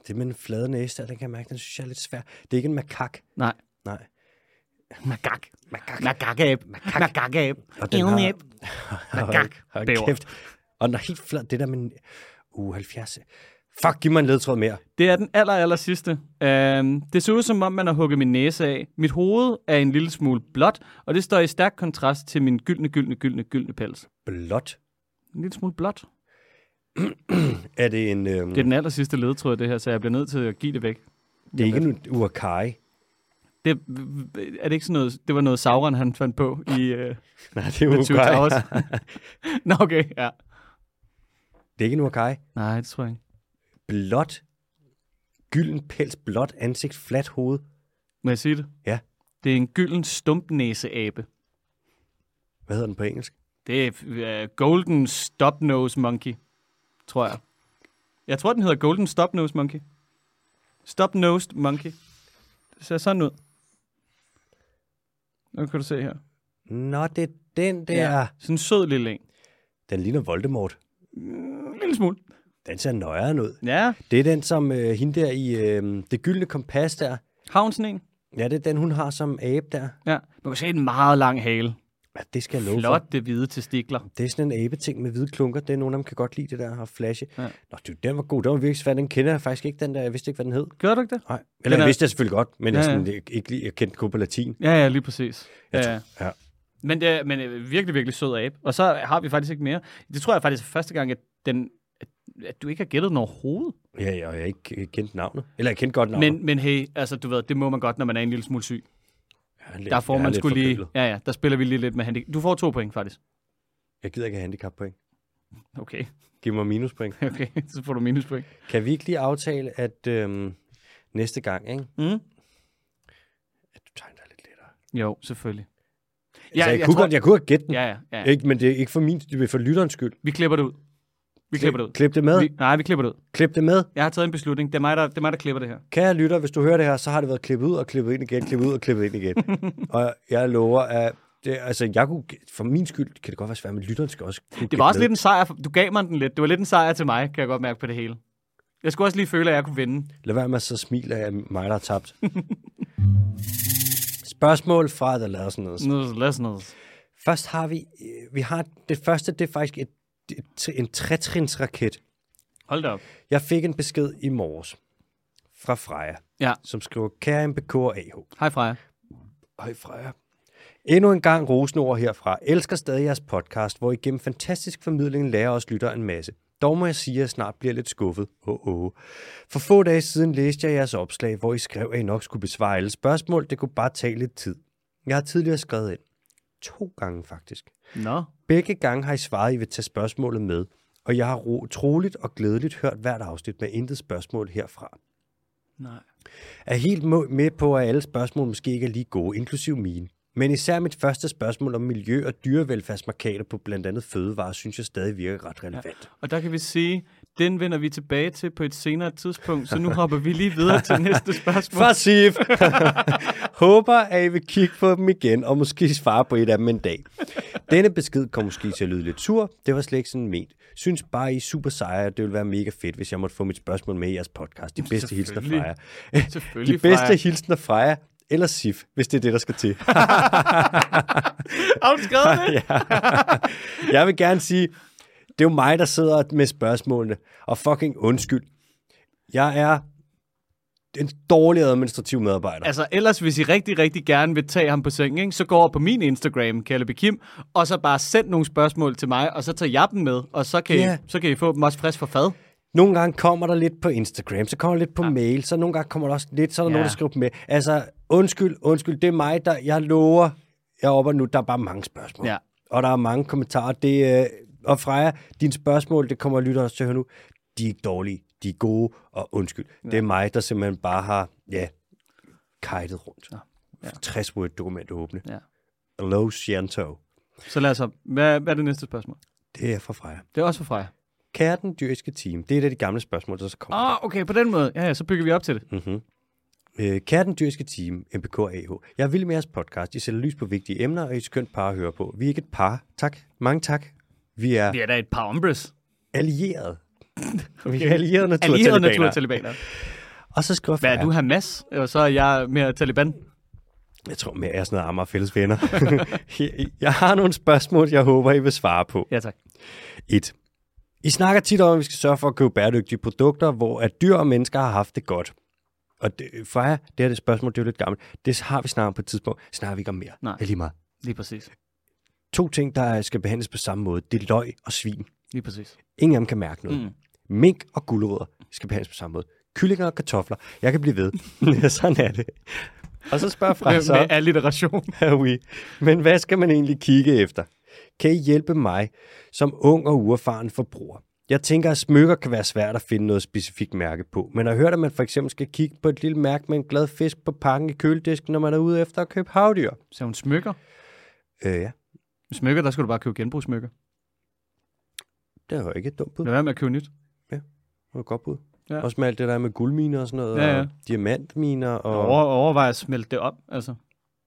A: Det med den flade næse der, den kan jeg mærke, den synes jeg er lidt svær. Det er ikke en makak.
B: Nej.
A: Nej.
B: Magak.
A: Makak.
B: Magakab. Magakab.
A: Og den har-
B: Evnæb. Magak.
A: [laughs] Hold
B: Bæver.
A: kæft. Og den er helt flad. Det der med... U uh, 70. Fuck, giv mig en ledtråd mere.
B: Det er den aller, aller sidste. Øhm, det ser ud som om, man har hugget min næse af. Mit hoved er en lille smule blåt, og det står i stærk kontrast til min gyldne, gyldne, gyldne, gyldne pels.
A: Blot.
B: En lille smule blåt.
A: Er det en... Øhm...
B: Det er den aller sidste ledtråd, det her, så jeg bliver nødt til at give det væk.
A: det er ikke en uakai.
B: Det, er det ikke sådan noget, det var noget Sauron, han fandt på i
A: [laughs]
B: øh,
A: Nej, det er
B: The
A: [laughs]
B: Two Towers?
A: uakai.
B: Nå, okay, ja.
A: Det er ikke en uakai.
B: Nej, det tror jeg ikke.
A: Blot. Gylden pels, blot ansigt, fladt hoved.
B: Må jeg sige det?
A: Ja.
B: Det er en gylden stumpnæseabe.
A: Hvad hedder den på engelsk?
B: Det er øh, Golden Stopnose Monkey, tror jeg. Jeg tror, den hedder Golden Stopnose Monkey. Stopnosed Monkey. Det ser sådan ud. Nu kan du se her.
A: Nå, det er den der. Ja.
B: Sådan en sød lille en.
A: Den ligner Voldemort.
B: En lille smule.
A: Den ser nøjeren ud.
B: Ja,
A: Det er den, som øh, hende der i øh, det gyldne kompas der.
B: har hun sådan en?
A: Ja, det er den, hun har som abe der.
B: Ja. Man kan se en meget lang hale.
A: Ja, det skal jeg love for.
B: Flotte hvide testikler.
A: Det er sådan en abeting med hvide klunker. Det er nogen, der kan godt lide det der og flashe. Ja.
B: Ja.
A: Nå, du, den var god. Den var virkelig svær. Den kender jeg faktisk ikke, den der. Jeg vidste ikke, hvad den hed.
B: Gør du ikke det?
A: Nej. Eller
B: Den
A: jeg
B: er-
A: vidste jeg selvfølgelig godt, men ja,
B: Ja,
A: jeg,
B: ja.
A: sådan, jeg, ikke, lige- jeg kendte den kun på latin.
B: Ja, ja, lige præcis.
A: Jeg
B: Ja, ja.
A: tror- ja.
B: Men, det er, men øh, virkelig, virkelig sød abe. Og så har vi faktisk ikke mere. Det tror jeg faktisk er første gang, at, den, at, at du ikke har gættet den overhovedet.
A: Ja, ja, og jeg ikke jeg kendte navnet. Eller jeg kendte godt navnet.
B: Men, men hey, altså du ved, det må man godt, når man er en lille smule syg.
A: jeg er lidt,
B: Der får
A: jeg er
B: man
A: lidt
B: skulle lige...
A: forkølet.
B: Ja, ja, der spiller vi lige lidt med handicap. Du får to point, faktisk.
A: Jeg gider ikke have handicappoint.
B: Okay, [laughs]
A: Giv mig minuspoint.
B: okay, så får du minuspoint.
A: Kan vi ikke lige aftale, at øhm, næste gang, ikke?
B: Mm?
A: at du tegner dig lidt lettere?
B: Jo, selvfølgelig.
A: Ja, altså, jeg, jeg, kunne godt, jeg kunne have gætte den.
B: Ja, ja, ja.
A: Ikke, men det er ikke for min, det er for lytterens skyld.
B: Vi klipper det ud. Vi klipper det ud.
A: Klip det med.
B: Vi, nej, vi klipper det ud.
A: Klip det med.
B: Jeg har taget en beslutning. Det er mig, der, det er mig, der klipper det her.
A: Kære lytter, hvis du hører det her, så har det været klippet ud og klippet ind igen, klippet ud og klippet ind
B: [laughs]
A: igen. og jeg lover, at det, altså, jeg kunne, for min skyld kan det godt være svært, men lytteren skal også kunne
B: Det var
A: gætte
B: også
A: med.
B: lidt en sejr. for- Du gav mig den lidt. Det var lidt en sejr til mig, kan jeg godt mærke på det hele. Jeg skulle også lige føle, at jeg kunne vinde.
A: Lad være med at så smile af mig, der har
B: [laughs]
A: tabt. Spørgsmål fra The Lader sådan noget.
B: Nu lad os noget.
A: Først har vi, øh, vi har, det første, det er faktisk et, et, en trætrinsraket.
B: Hold da op.
A: Jeg fik en besked i morges fra Freja,
B: Ja.
A: som skriver, kære MBK og AH.
B: Hej Freja.
A: Hej Freja. Endnu en gang rosende ord herfra. Elsker stadig jeres podcast, hvor I gennem fantastisk formidling lærer os lytter en masse. Dog må jeg sige, at jeg snart bliver lidt skuffet. Oh, oh. For få dage siden læste jeg jeres opslag, hvor I skrev, at I nok skulle besvare alle spørgsmål. Det kunne bare tage lidt tid. Jeg har tidligere skrevet ind. To gange faktisk.
B: Nå.
A: Begge gange har I svaret, at I vil tage spørgsmålet med, og jeg har ro- troligt og glædeligt hørt hvert afsnit med intet spørgsmål herfra
B: Nej.
A: er helt må- med på, at alle spørgsmål måske ikke er lige gode, inklusiv mine. Men især mit første spørgsmål om miljø- og dyrevelfærdsmarkater på blandt andet fødevarer, synes jeg stadig virker ret relevant.
B: Og der kan vi sige, den vender vi tilbage til på et senere tidspunkt, så nu hopper vi lige videre til næste spørgsmål.
A: For Sif! [laughs] Håber, at I vil kigge på dem igen, og måske svare på et af dem en dag. Denne besked kom måske til at lyde lidt sur. Det var slet ikke sådan ment. Synes bare, I er super seje, og det ville være mega fedt, hvis jeg måtte få mit spørgsmål med i jeres podcast. De bedste hilsner fra jer.
B: Selvfølgelig. Selvfølgelig,
A: De bedste
B: Freja.
A: hilsner fra jer, eller Sif, hvis det er det, der skal til.
B: Har du skrevet det?
A: ja. Jeg vil gerne sige, det er jo mig, der sidder med spørgsmålene, og fucking undskyld. Jeg er en dårlig administrativ medarbejder.
B: Altså ellers, hvis I rigtig, rigtig gerne vil tage ham på sengen, ikke, så gå over på min Instagram, Kalle Kim, og så bare send nogle spørgsmål til mig, og så tager jeg dem med, og så kan,
A: Ja.
B: I, så kan I få dem også frisk for fad.
A: Nogle gange kommer der lidt på Instagram, så kommer der lidt på ja. mail, så nogle gange kommer der også lidt, så er der ja.
B: Ja.
A: nogen, der skriver med. Altså, undskyld, undskyld, det er mig, der, jeg lover, jeg er oppe nu, der er bare mange spørgsmål.
B: Ja.
A: Og der er mange kommentarer. Det, øh, og Freja, dine spørgsmål, det kommer lytter også til at høre nu, de er ikke dårlige, de er gode, og undskyld. Ja. Det er mig, der simpelthen bare har, ja, kajtet rundt. Ja. 60 word dokument åbne.
B: Ja.
A: Hello, Shanto.
B: Så lad os op. Hvad, hvad er det næste spørgsmål?
A: Det er fra Freja.
B: Det er også for Freja.
A: Kære den dyriske team, det er et af de gamle spørgsmål, der så kommer.
B: Åh, oh, okay, på den måde. Ja, ja, så bygger vi op til det.
A: Mm-hmm. Øh, kære den dyrske team, MBK og AH. Jeg er vild med jeres podcast. I sætter lys på vigtige emner, og I er et skønt par at høre på. Vi er ikke et par. Tak. Mange tak. Vi er
B: Vi er da et par ombres. [laughs]
A: allierede. Vi er allierede
B: Allierede
A: naturtalibaner.
B: naturtalibaner.
A: Og så skriver
B: Hvad
A: Freja-
B: er du, Hamas? Og så er jeg mere Taliban.
A: Jeg tror mere, jeg er sådan noget Amager fælles venner. [laughs] jeg har nogle spørgsmål, jeg håber, I vil svare på.
B: Ja, tak.
A: 1. I snakker tit om, at vi skal sørge for at købe bæredygtige produkter, hvor at dyr og mennesker har haft det godt. Og det, for jer, det her det spørgsmål, det er jo lidt gammelt. Det har vi snakket om på et tidspunkt. Snakker vi ikke om mere.
B: Nej.
A: Det er lige meget.
B: Lige præcis.
A: To ting, der skal behandles på samme måde, det er løg og svin.
B: Lige præcis.
A: Ingen af dem kan mærke noget. Mm. Mink og gulerødder skal behandles på samme måde. Kyllinger og kartofler. Jeg kan blive [laughs] ved. Sådan er det. Og så spørger Frans
B: Med,
A: så.
B: med alliteration.
A: Ja, oui. Men hvad skal man egentlig kigge efter? Kan I hjælpe mig som ung og uerfaren forbruger? Jeg tænker, at smykker kan være svært at finde noget specifikt mærke på, men jeg har hørt, at man for eksempel skal kigge på et lille mærke med en glad fisk på pakken i køledisken, når man er ude efter at købe havdyr.
B: Så hun smykker.
A: Øh, ja,
B: Smykker, der skulle du bare købe genbrugssmykker.
A: det er jo ikke et dumt bud.
B: Lad være med at købe nyt.
A: Det var et godt bud.
B: Ja.
A: Ja. Også med alt det der med guldminer og sådan noget,
B: Ja,
A: ja,
B: ja.
A: ja. og diamantminer, og
B: Over, overvej at smelte det op. Altså.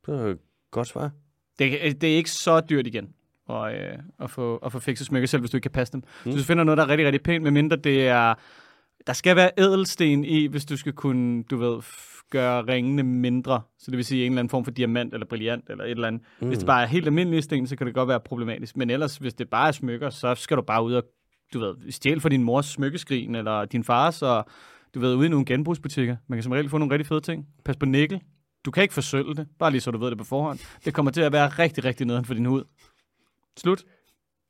A: det er jo et godt svar.
B: Det, øh, det er ikke så dyrt igen at, øh, at, få, at få fikset smykker, selv hvis du ikke kan passe dem. Mm. Så du finder noget, der er rigtig, rigtig pænt, medmindre det er... Der skal være ædelsten i, hvis du skal kunne, du ved, f- gøre ringene mindre. Så det vil sige en eller anden form for diamant eller brillant eller et eller andet. Mm. Hvis det bare er helt almindelige sten, så kan det godt være problematisk. Men ellers, hvis det bare er smykker, så skal du bare ud og, du ved, stjæle fra din mors smykkeskrin eller din fars, og du ved, ude i nogle genbrugsbutikker. Man kan som regel få nogle rigtig fede ting. Pas på nikkel. Du kan ikke forsølve det, bare lige så du ved det på forhånd. Det kommer til at være rigtig, rigtig nederen for din hud. Slut.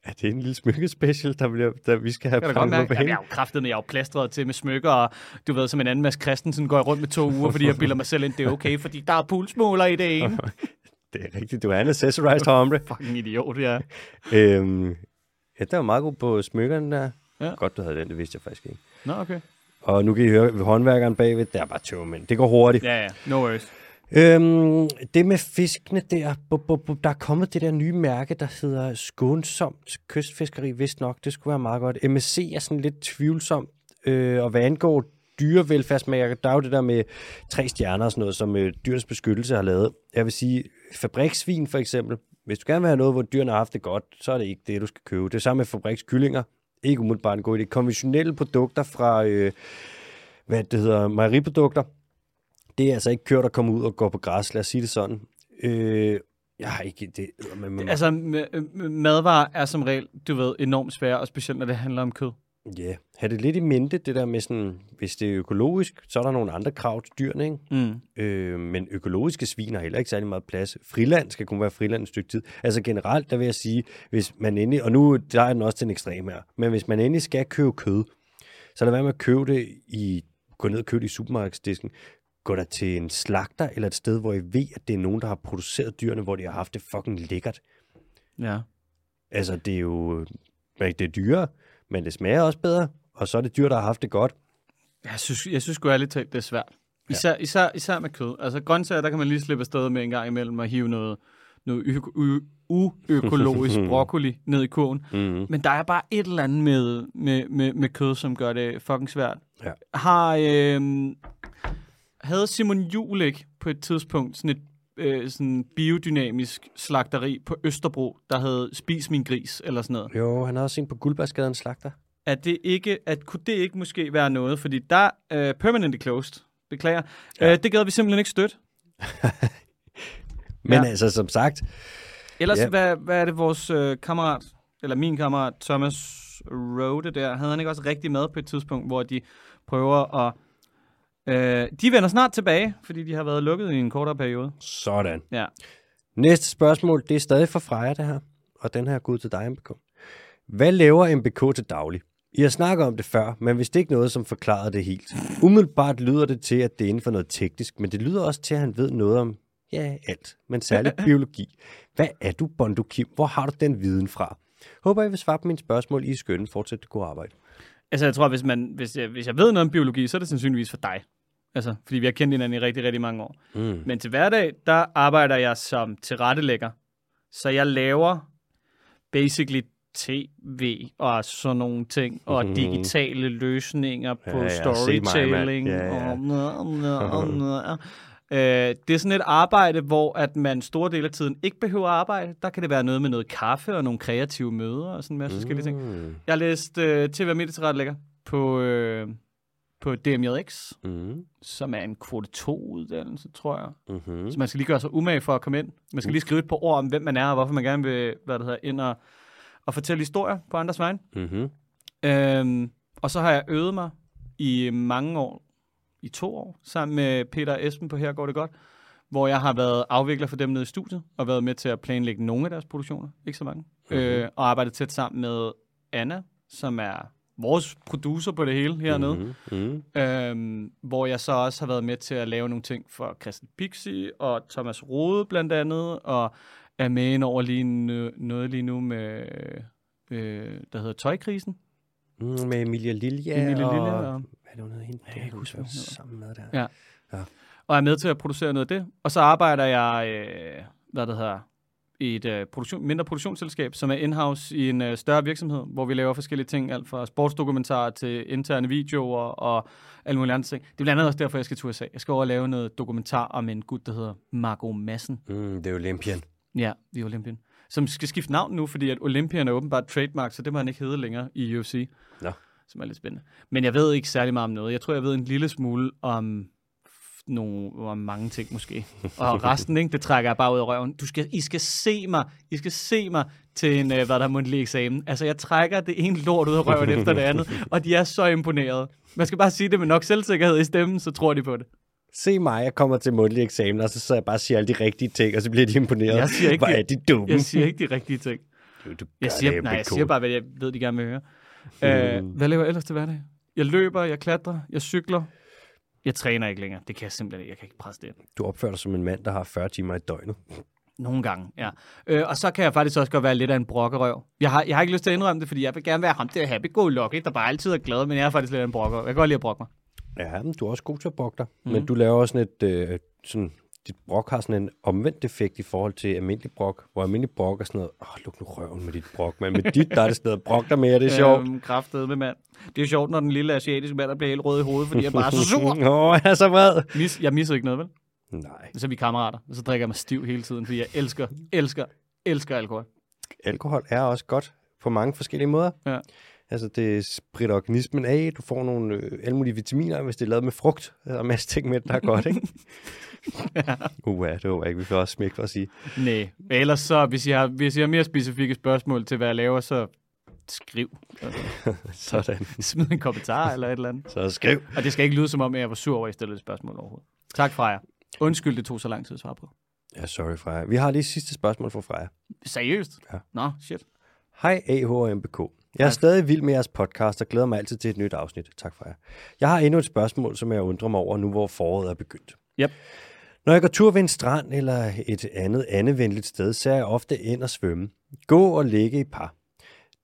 A: Er det en lille smykkespecial, der, bliver, der vi skal have
B: Kan du godt
A: pranket
B: mærke?
A: på
B: Jamen,
A: banen?
B: jeg er jo kraftet, jeg er jo plastret til med smykker, og du ved, som en anden Mads Christensen går jeg rundt med to uger, fordi jeg bilder mig selv ind, det er okay, fordi der er pulsmåler i det [laughs] ene.
A: Det er rigtigt, du er en accessorized hombre.
B: Fucking idiot, ja.
A: Øhm, ja, der var meget god på smykkerne der.
B: Ja.
A: Ja. Godt, du havde den, det vidste jeg faktisk ikke.
B: Nå, okay.
A: Og nu kan I høre ved håndværkeren bagved, der er bare tøvmænd. Det går hurtigt. Ja.
B: Ja, ja. No worries.
A: Øhm, det med fiskene der, bu, bu, bu, der er kommet det der nye mærke, der hedder skånsomt kystfiskeri, vist nok. Det skulle være meget godt. MSC er sådan lidt tvivlsomt, øh, og hvad angår dyrevelfærdsmærker, der er jo det der med tre stjerner og sådan noget, som øh, dyrenes beskyttelse har lavet. Jeg vil sige, fabriksvin for eksempel, hvis du gerne vil have noget, hvor dyrene har haft det godt, så er det ikke det, du skal købe. Det er samme med fabrikskyllinger. Ikke umiddelbart en god idé. Konventionelle produkter fra, øh, hvad det hedder, mejeriprodukter, det er altså ikke kørt at komme ud og gå på græs, lad os sige det sådan. Øh, jeg har ikke det. Men, men, altså,
B: Altså, m- m- madvarer er som regel, du ved, enormt svære, og specielt når det handler om kød.
A: yeah. Ha' det lidt i mente, det der med sådan, hvis det er økologisk, så er der nogle andre krav til dyrene, ikke?
B: Mm.
A: Øh, men økologiske svin har heller ikke særlig meget plads. Friland skal kun være friland et stykke tid. Altså generelt, der vil jeg sige, hvis man endelig, og nu der er den også til en ekstrem her, men hvis man endelig skal købe kød, så lad være med at købe det i, gå ned og købe det i supermarkedsdisken. Gå der til en slagter eller et sted, hvor I ved, at det er nogen, der har produceret dyrene, hvor de har haft det fucking lækkert.
B: Ja.
A: Altså, det er jo, det er dyrere, men det smager også bedre, og så er det dyr, der har haft det godt.
B: Jeg synes, jeg synes sgu ærligt talt, det er svært. Især, ja. især, især med kød. Altså grøntsager, der kan man lige slippe afsted med en gang imellem og hive noget, noget ø- ø- uøkologisk broccoli ned i kurven. Mm-hmm. Men der er bare et eller andet med, med, med, med kød, som gør det fucking svært.
A: Ja.
B: Har, øh, havde Simon Juhl ikke på et tidspunkt sådan et øh, sådan biodynamisk slagteri på Østerbro, der havde Spis min gris, eller sådan noget.
A: Jo, han har også en på Guldbærsgaden en slagter.
B: Er det ikke, at kunne det ikke måske være noget? Fordi der er uh, permanently closed. Beklager. Ja.
A: Ja.
B: Uh, det gad vi simpelthen ikke støtte.
A: Men
B: Ja.
A: ja. altså, som sagt,
B: Ellers, ja.
A: Ja.
B: hvad, hvad er det vores uh, kammerat, eller min kammerat, Thomas Rode der, havde han ikke også rigtig med på et tidspunkt, hvor de prøver at... Uh, de vender snart tilbage, fordi de har været lukket i en kortere periode.
A: sådan.
B: Ja.
A: Næste spørgsmål, det er stadig fra Freja, det her. Og den her er gået til dig, MBK. Hvad laver MBK til daglig? I har snakket om det før, men hvis det ikke noget, som forklarede det helt. Umiddelbart lyder det til, at det er inden for noget teknisk, men det lyder også til, at han ved noget om, ja, alt, men
B: [laughs]
A: særligt biologi. Hvad er du, Bondo Kim? Hvor har du den viden fra? Håber, I vil svare på mine spørgsmål. I er skønne. Fortsæt det gode arbejde.
B: Altså, jeg tror, hvis, man, hvis, jeg, hvis jeg ved noget om biologi, så er det sandsynligvis for dig. Altså, fordi vi har kendt hinanden i rigtig, rigtig mange år. Mm. Men til hverdag, der arbejder jeg som tilrettelægger. Så jeg laver basically tv og sådan nogle ting, og
A: Mhm.
B: digitale løsninger på
A: Ja,
B: ja,
A: ja,
B: ja.
A: se mig, mand.
B: storytelling.
A: Ja, ja.
B: Og nå, nå, nå. Øh, det er sådan et arbejde, hvor at man store dele af tiden ikke behøver at arbejde. Der kan det være noget med noget kaffe og nogle kreative møder og sådan en masse forskellige ting.
A: Mm.
B: Jeg læste øh, TV og Medietilrettelægger på, øh, på DMJX,
A: Mm.
B: som er en kvote 2-uddannelse, tror jeg.
A: Mm-hmm.
B: Så man skal lige gøre sig umage for at komme ind. Man skal lige skrive et par ord om, hvem man er, og hvorfor man gerne vil hvad det hedder, ind og, og fortælle historier på andres vegne.
A: Mm-hmm.
B: Øhm, og så har jeg øvet mig i mange år, i to år, sammen med Peter og Esben på Her går det godt, hvor jeg har været afvikler for dem nede i studiet, og været med til at planlægge nogle af deres produktioner, ikke så mange,
A: Mhm.
B: mm-hmm. øh, og arbejdet tæt sammen med Anna, som er vores producer på det hele hernede. Mm-hmm.
A: Mm-hmm.
B: Øhm, hvor jeg så også har været med til at lave nogle ting for Christian Pixie og Thomas Rode blandt andet, og er med ind over lige nu, noget lige nu med, øh, der hedder Tøjkrisen.
A: Mm, med Emilia Lilja
B: Emilie Lille,
A: og...
B: og,
A: Hvad er det, hun hedder hende? Jeg kan ikke huske, hvad hun
B: hedder.
A: sammen med der.
B: Ja. og er med til at producere noget af det. Og så arbejder jeg, øh, hvad det hedder, i et øh, produktion, mindre produktionsselskab, som er in-house i en øh, større virksomhed, hvor vi laver forskellige ting, alt fra sportsdokumentarer til interne videoer og alle mulige andre ting. Det er blandt andet også derfor, jeg skal til USA. Jeg skal over og lave noget dokumentar om en gut, der hedder Marco Madsen.
A: Mm, det er Olympian.
B: Ja, i Olympien. Som skal skifte navn nu, fordi at Olympien er åbenbart trademark, så det må han ikke hedde længere i UFC.
A: Nå.
B: Som er lidt spændende. Men jeg ved ikke særlig meget om noget. Jeg tror, jeg ved en lille smule om f- nogle, om mange ting måske. Og resten, ikke, det trækker jeg bare ud af røven. Du skal, I skal se mig. I skal se mig til en, øh, hvad der er mundtlig eksamen. Altså, jeg trækker det ene lort ud af røven efter det andet, og de er så imponerede. Man skal bare sige det med nok selvsikkerhed i stemmen, så tror de på det.
A: Se mig, jeg kommer til mundtlige eksamener, og så sidder jeg bare og siger alle de rigtige ting, og så bliver de imponeret.
B: Jeg siger ikke,
A: Hvor er
B: det-
A: de dumme.
B: Jeg siger ikke de rigtige ting.
A: Du, du gør
B: Jeg siger,
A: det,
B: nej, jeg
A: Beko.
B: siger bare, hvad jeg ved, de gerne vil høre. Mm. Øh, hvad laver jeg ellers til hverdag? Jeg løber, jeg klatrer, jeg cykler. Jeg træner ikke længere. Det kan jeg simpelthen ikke. Jeg kan ikke presse det ind.
A: Du opfører dig som en mand, der har 40 timer i døgnet.
B: Nogle gange, ja. Øh, og så kan jeg faktisk også godt være lidt af en brokkerøv. Jeg har, jeg har ikke lyst til at indrømme det, fordi jeg vil gerne være ham der happy-go-lucky, der bare altid er glad, men jeg er faktisk lidt af en brokkerøv. Jeg kan godt lide at brokke mig.
A: Ja, men du er også god til at brokke dig. Mm.
B: Mhm.
A: Men du laver også sådan et... Øh, sådan, dit brok har sådan en omvendt effekt i forhold til almindelig brok, hvor almindelig brok er sådan noget, åh, luk nu røven med dit brok, men med dit, der er det sådan noget, brok dig mere, det er sjovt.
B: Øhm, kraftede med mand. Det er sjovt, når den lille asiatiske mand der bliver helt rød i hovedet, fordi jeg bare er så sur.
A: [laughs] Åh, jeg er så vred.
B: Mis, jeg misser ikke noget, vel?
A: Nej,
B: Så er vi kammerater, og så drikker jeg mig stiv hele tiden, fordi jeg elsker, elsker, elsker alkohol.
A: alkohol er også godt på mange forskellige måder.
B: Ja.
A: Altså, det spritter organismen af, du får nogle øh, alle mulige vitaminer, hvis det er lavet med frugt, øh, og en masse ting med, det, der er godt, ikke? Uha, det håber jeg ikke, vi får også smæk for at sige.
B: Nej, ellers så, hvis I, har, hvis I har mere specifikke spørgsmål til, hvad jeg laver, så
A: [laughs]
B: skriv.
A: Sådan.
B: Smid en kommentar eller et eller andet.
A: Så skriv.
B: Og det skal ikke lyde som om, at jeg var sur over, at I stillede et spørgsmål overhovedet. Tak, Freja. Undskyld, det tog så lang tid at svare på.
A: Ja, sorry, Freja. Vi har lige sidste spørgsmål fra Freja.
B: Seriøst?
A: Ja.
B: Nå, shit.
A: Hej AHMBK. Jeg er stadig vild med jeres podcast og glæder mig altid til et nyt afsnit. Tak for jer. Jeg har endnu et spørgsmål, som jeg undrer mig over nu, hvor foråret er begyndt.
B: Yep.
A: Når jeg går tur ved en strand eller et andet andevenligt sted, ser jeg ofte ind og svømme. Gå og ligge i par.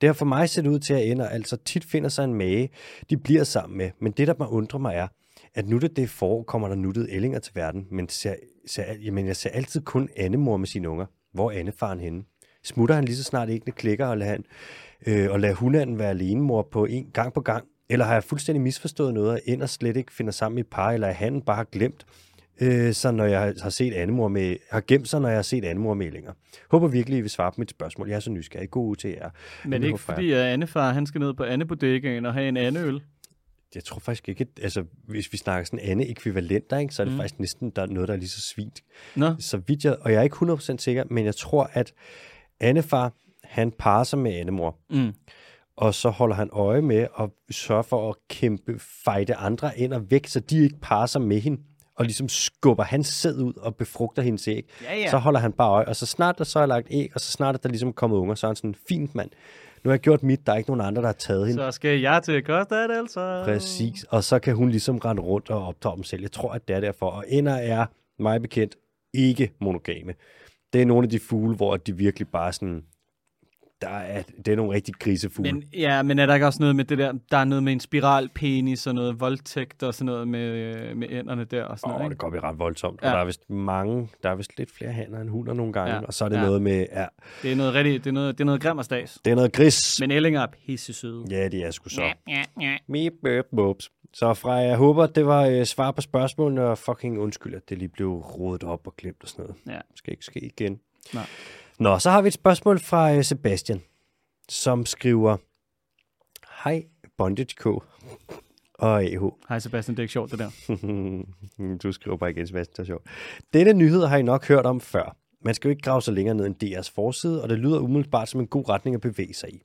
A: Det har for mig set ud til, at ender altså tit finder sig en mage, de bliver sammen med. Men det, der mig undrer mig er, at nu det, det er forår, kommer der nuttede ællinger til verden, men, ser, ser, al- jamen, jeg ser altid kun andemor med sine unger. Hvor er andefaren henne? Smutter han lige så snart æggene klikker, og lader, han, øh, og lader hunanden være alenemor på en gang på gang? Eller har jeg fuldstændig misforstået noget, og ender slet ikke finder sammen i et par, eller er han bare glemt, øh, så når jeg har set andemor med, har gemt sig, når jeg har set andemor med ællinger? Håber virkelig, I vil svare på mit spørgsmål. Jeg er så nysgerrig. God uge til jer.
B: Men det er ikke
A: Freja.
B: fordi, at Annefar han skal ned på Annebodækken og have en andeøl.
A: Jeg tror faktisk ikke, at, altså, hvis vi snakker sådan andet ekvivalenter, ikke, så er det mm. faktisk næsten der er noget, der er lige så svint.
B: Nå,
A: Så vidt jeg, og jeg er ikke 100% sikker, men jeg tror, at Annefar, han parer sig med Annemor,
B: mm.
A: og så holder han øje med at sørge for at kæmpe, fejde andre ind og væk, så de ikke parer sig med hende, og ligesom skubber hans sæd ud og befrugter hendes æg.
B: Ja, ja.
A: Så holder han bare øje, og så snart der så er lagt æg, og så snart at der ligesom er kommet unger, så er han sådan, fint mand, nu har jeg gjort mit, der er ikke nogen andre, der har taget hende.
B: så skal jeg til Costa del Sol.
A: Præcis, og så kan hun ligesom rende rundt og optage dem selv. Jeg tror, at det er derfor. Og ender er, mig bekendt, ikke monogame. Det er nogle af de fugle, hvor de virkelig bare sådan, der er, det er nogle rigtig grisefugle.
B: Men, ja, men er der ikke også noget med det der, der er noget med en spiralpenis og noget voldtægt og sådan noget med, øh, med ænderne der og
A: Åh,
B: sådan noget,
A: oh,
B: ikke?
A: det kommer ret voldsomt. Ja.
B: Ja.
A: Og der er vist mange, der er vist lidt flere hanner end hunder nogle gange. Ja.
B: Ja.
A: Og så er det ja.
B: Ja.
A: noget med, ja,
B: Det er noget rigtig, det er noget, det er noget grimmerstads.
A: det er noget gris. Men...
B: Men ællinger er pisse søde.
A: Ja, det er sgu så. Ja, ja, ja. Meep, bøp, bops. Så fra, jeg håber, det var øh, svar på spørgsmålene, og fucking undskyld, at det lige blev rodet op og glemt og sådan noget.
B: Ja.
A: Det skal ikke ske igen.
B: Nej.
A: Nå, så har vi et spørgsmål fra øh, Sebastian, som skriver, Hej, Bondage K og AH.
B: Hej Sebastian, det er ikke sjovt det der.
A: [laughs] du skriver bare igen, Sebastian, det er sjovt. Denne nyhed har I nok hørt om før. Man skal jo ikke grave sig længere ned end DR's forside, og det lyder umiddelbart som en god retning at bevæge sig i.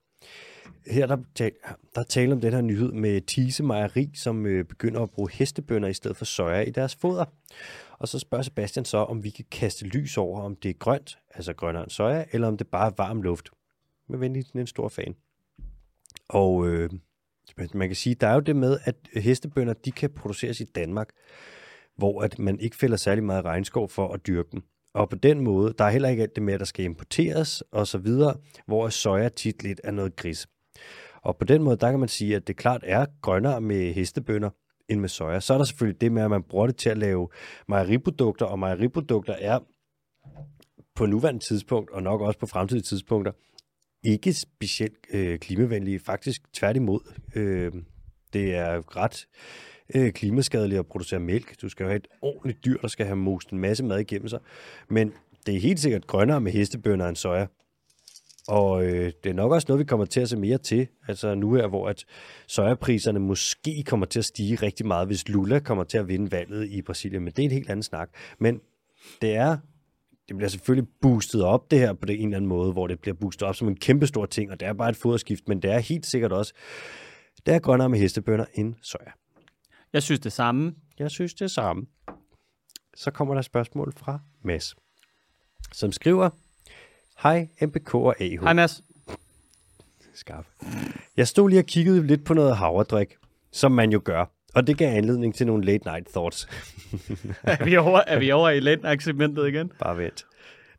A: Her der, tal- der er tale om den her nyhed med Tise Mejeri, som øh, begynder at bruge hestebønder i stedet for soja i deres foder. Og så spørger Sebastian så, om vi kan kaste lys over, om det er grønt, altså grønnere end soja, eller om det bare er varm luft. Med venligheden en stor fan. Og øh, man kan sige, der er jo det med, at hestebønder, de kan produceres i Danmark, hvor at man ikke fælder særlig meget regnskov for at dyrke dem. Og på den måde, der er heller ikke alt det med, at der skal importeres og så videre, hvor soja tit lidt er noget gris. Og på den måde, der kan man sige, at det klart er grønnere med hestebønder end med soja. Så er der selvfølgelig det med, at man bruger det til at lave mejeriprodukter, og mejeriprodukter er på nuværende tidspunkt, og nok også på fremtidige tidspunkter, ikke specielt øh, klimavenlige. Faktisk tværtimod. Øh, det er ret øh, klimaskadeligt at producere mælk. Du skal jo have et ordentligt dyr, der skal have most en masse mad igennem sig. Men det er helt sikkert grønnere med hestebønder end soja. Og øh, det er nok også noget, vi kommer til at se mere til. Altså nu her, hvor at sojapriserne måske kommer til at stige rigtig meget, hvis Lula kommer til at vinde valget i Brasilien. Men det er en helt anden snak. Men det er det bliver selvfølgelig boostet op det her på det en eller anden måde, hvor det bliver boostet op som en kæmpe stor ting, og det er bare et foderskift, men det er helt sikkert også, det er grønnere med hestebønder end soja.
B: Jeg synes det samme.
A: Jeg synes det er samme. Så kommer der et spørgsmål fra Mads, som skriver, Hej, MBK og AH.
B: Hej Mads. [laughs]
A: Skarp. Jeg stod lige og kiggede lidt på noget havredrik, som man jo gør, og det gav anledning til nogle late night thoughts.
B: Er vi over, er vi over i landaccementet igen?
A: Bare vent.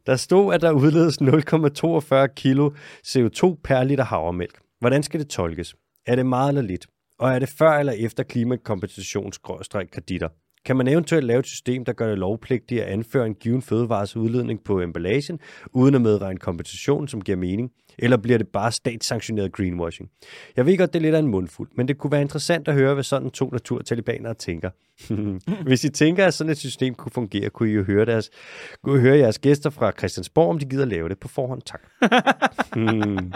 A: Der stod, at der udledes 0,42 kilo CO2 per liter havremælk. Hvordan skal det tolkes? Er det meget eller lidt? Og er det før eller efter klimakompensationskreditter? Kan man eventuelt lave et system, der gør det lovpligtigt at anføre en given fødevares udledning på emballagen, uden at medregne kompensation, som giver mening? Eller bliver det bare statssanktioneret greenwashing? Jeg ved godt, det er lidt af en mundfuld, men det kunne være interessant at høre, hvad sådan to naturtalibanere tænker. [laughs] Hvis I tænker, at sådan et system kunne fungere, kunne I jo høre, deres, kunne I høre jeres gæster fra Christiansborg, om de gider lave det på forhånd.
B: [laughs]
A: Tak. hmm.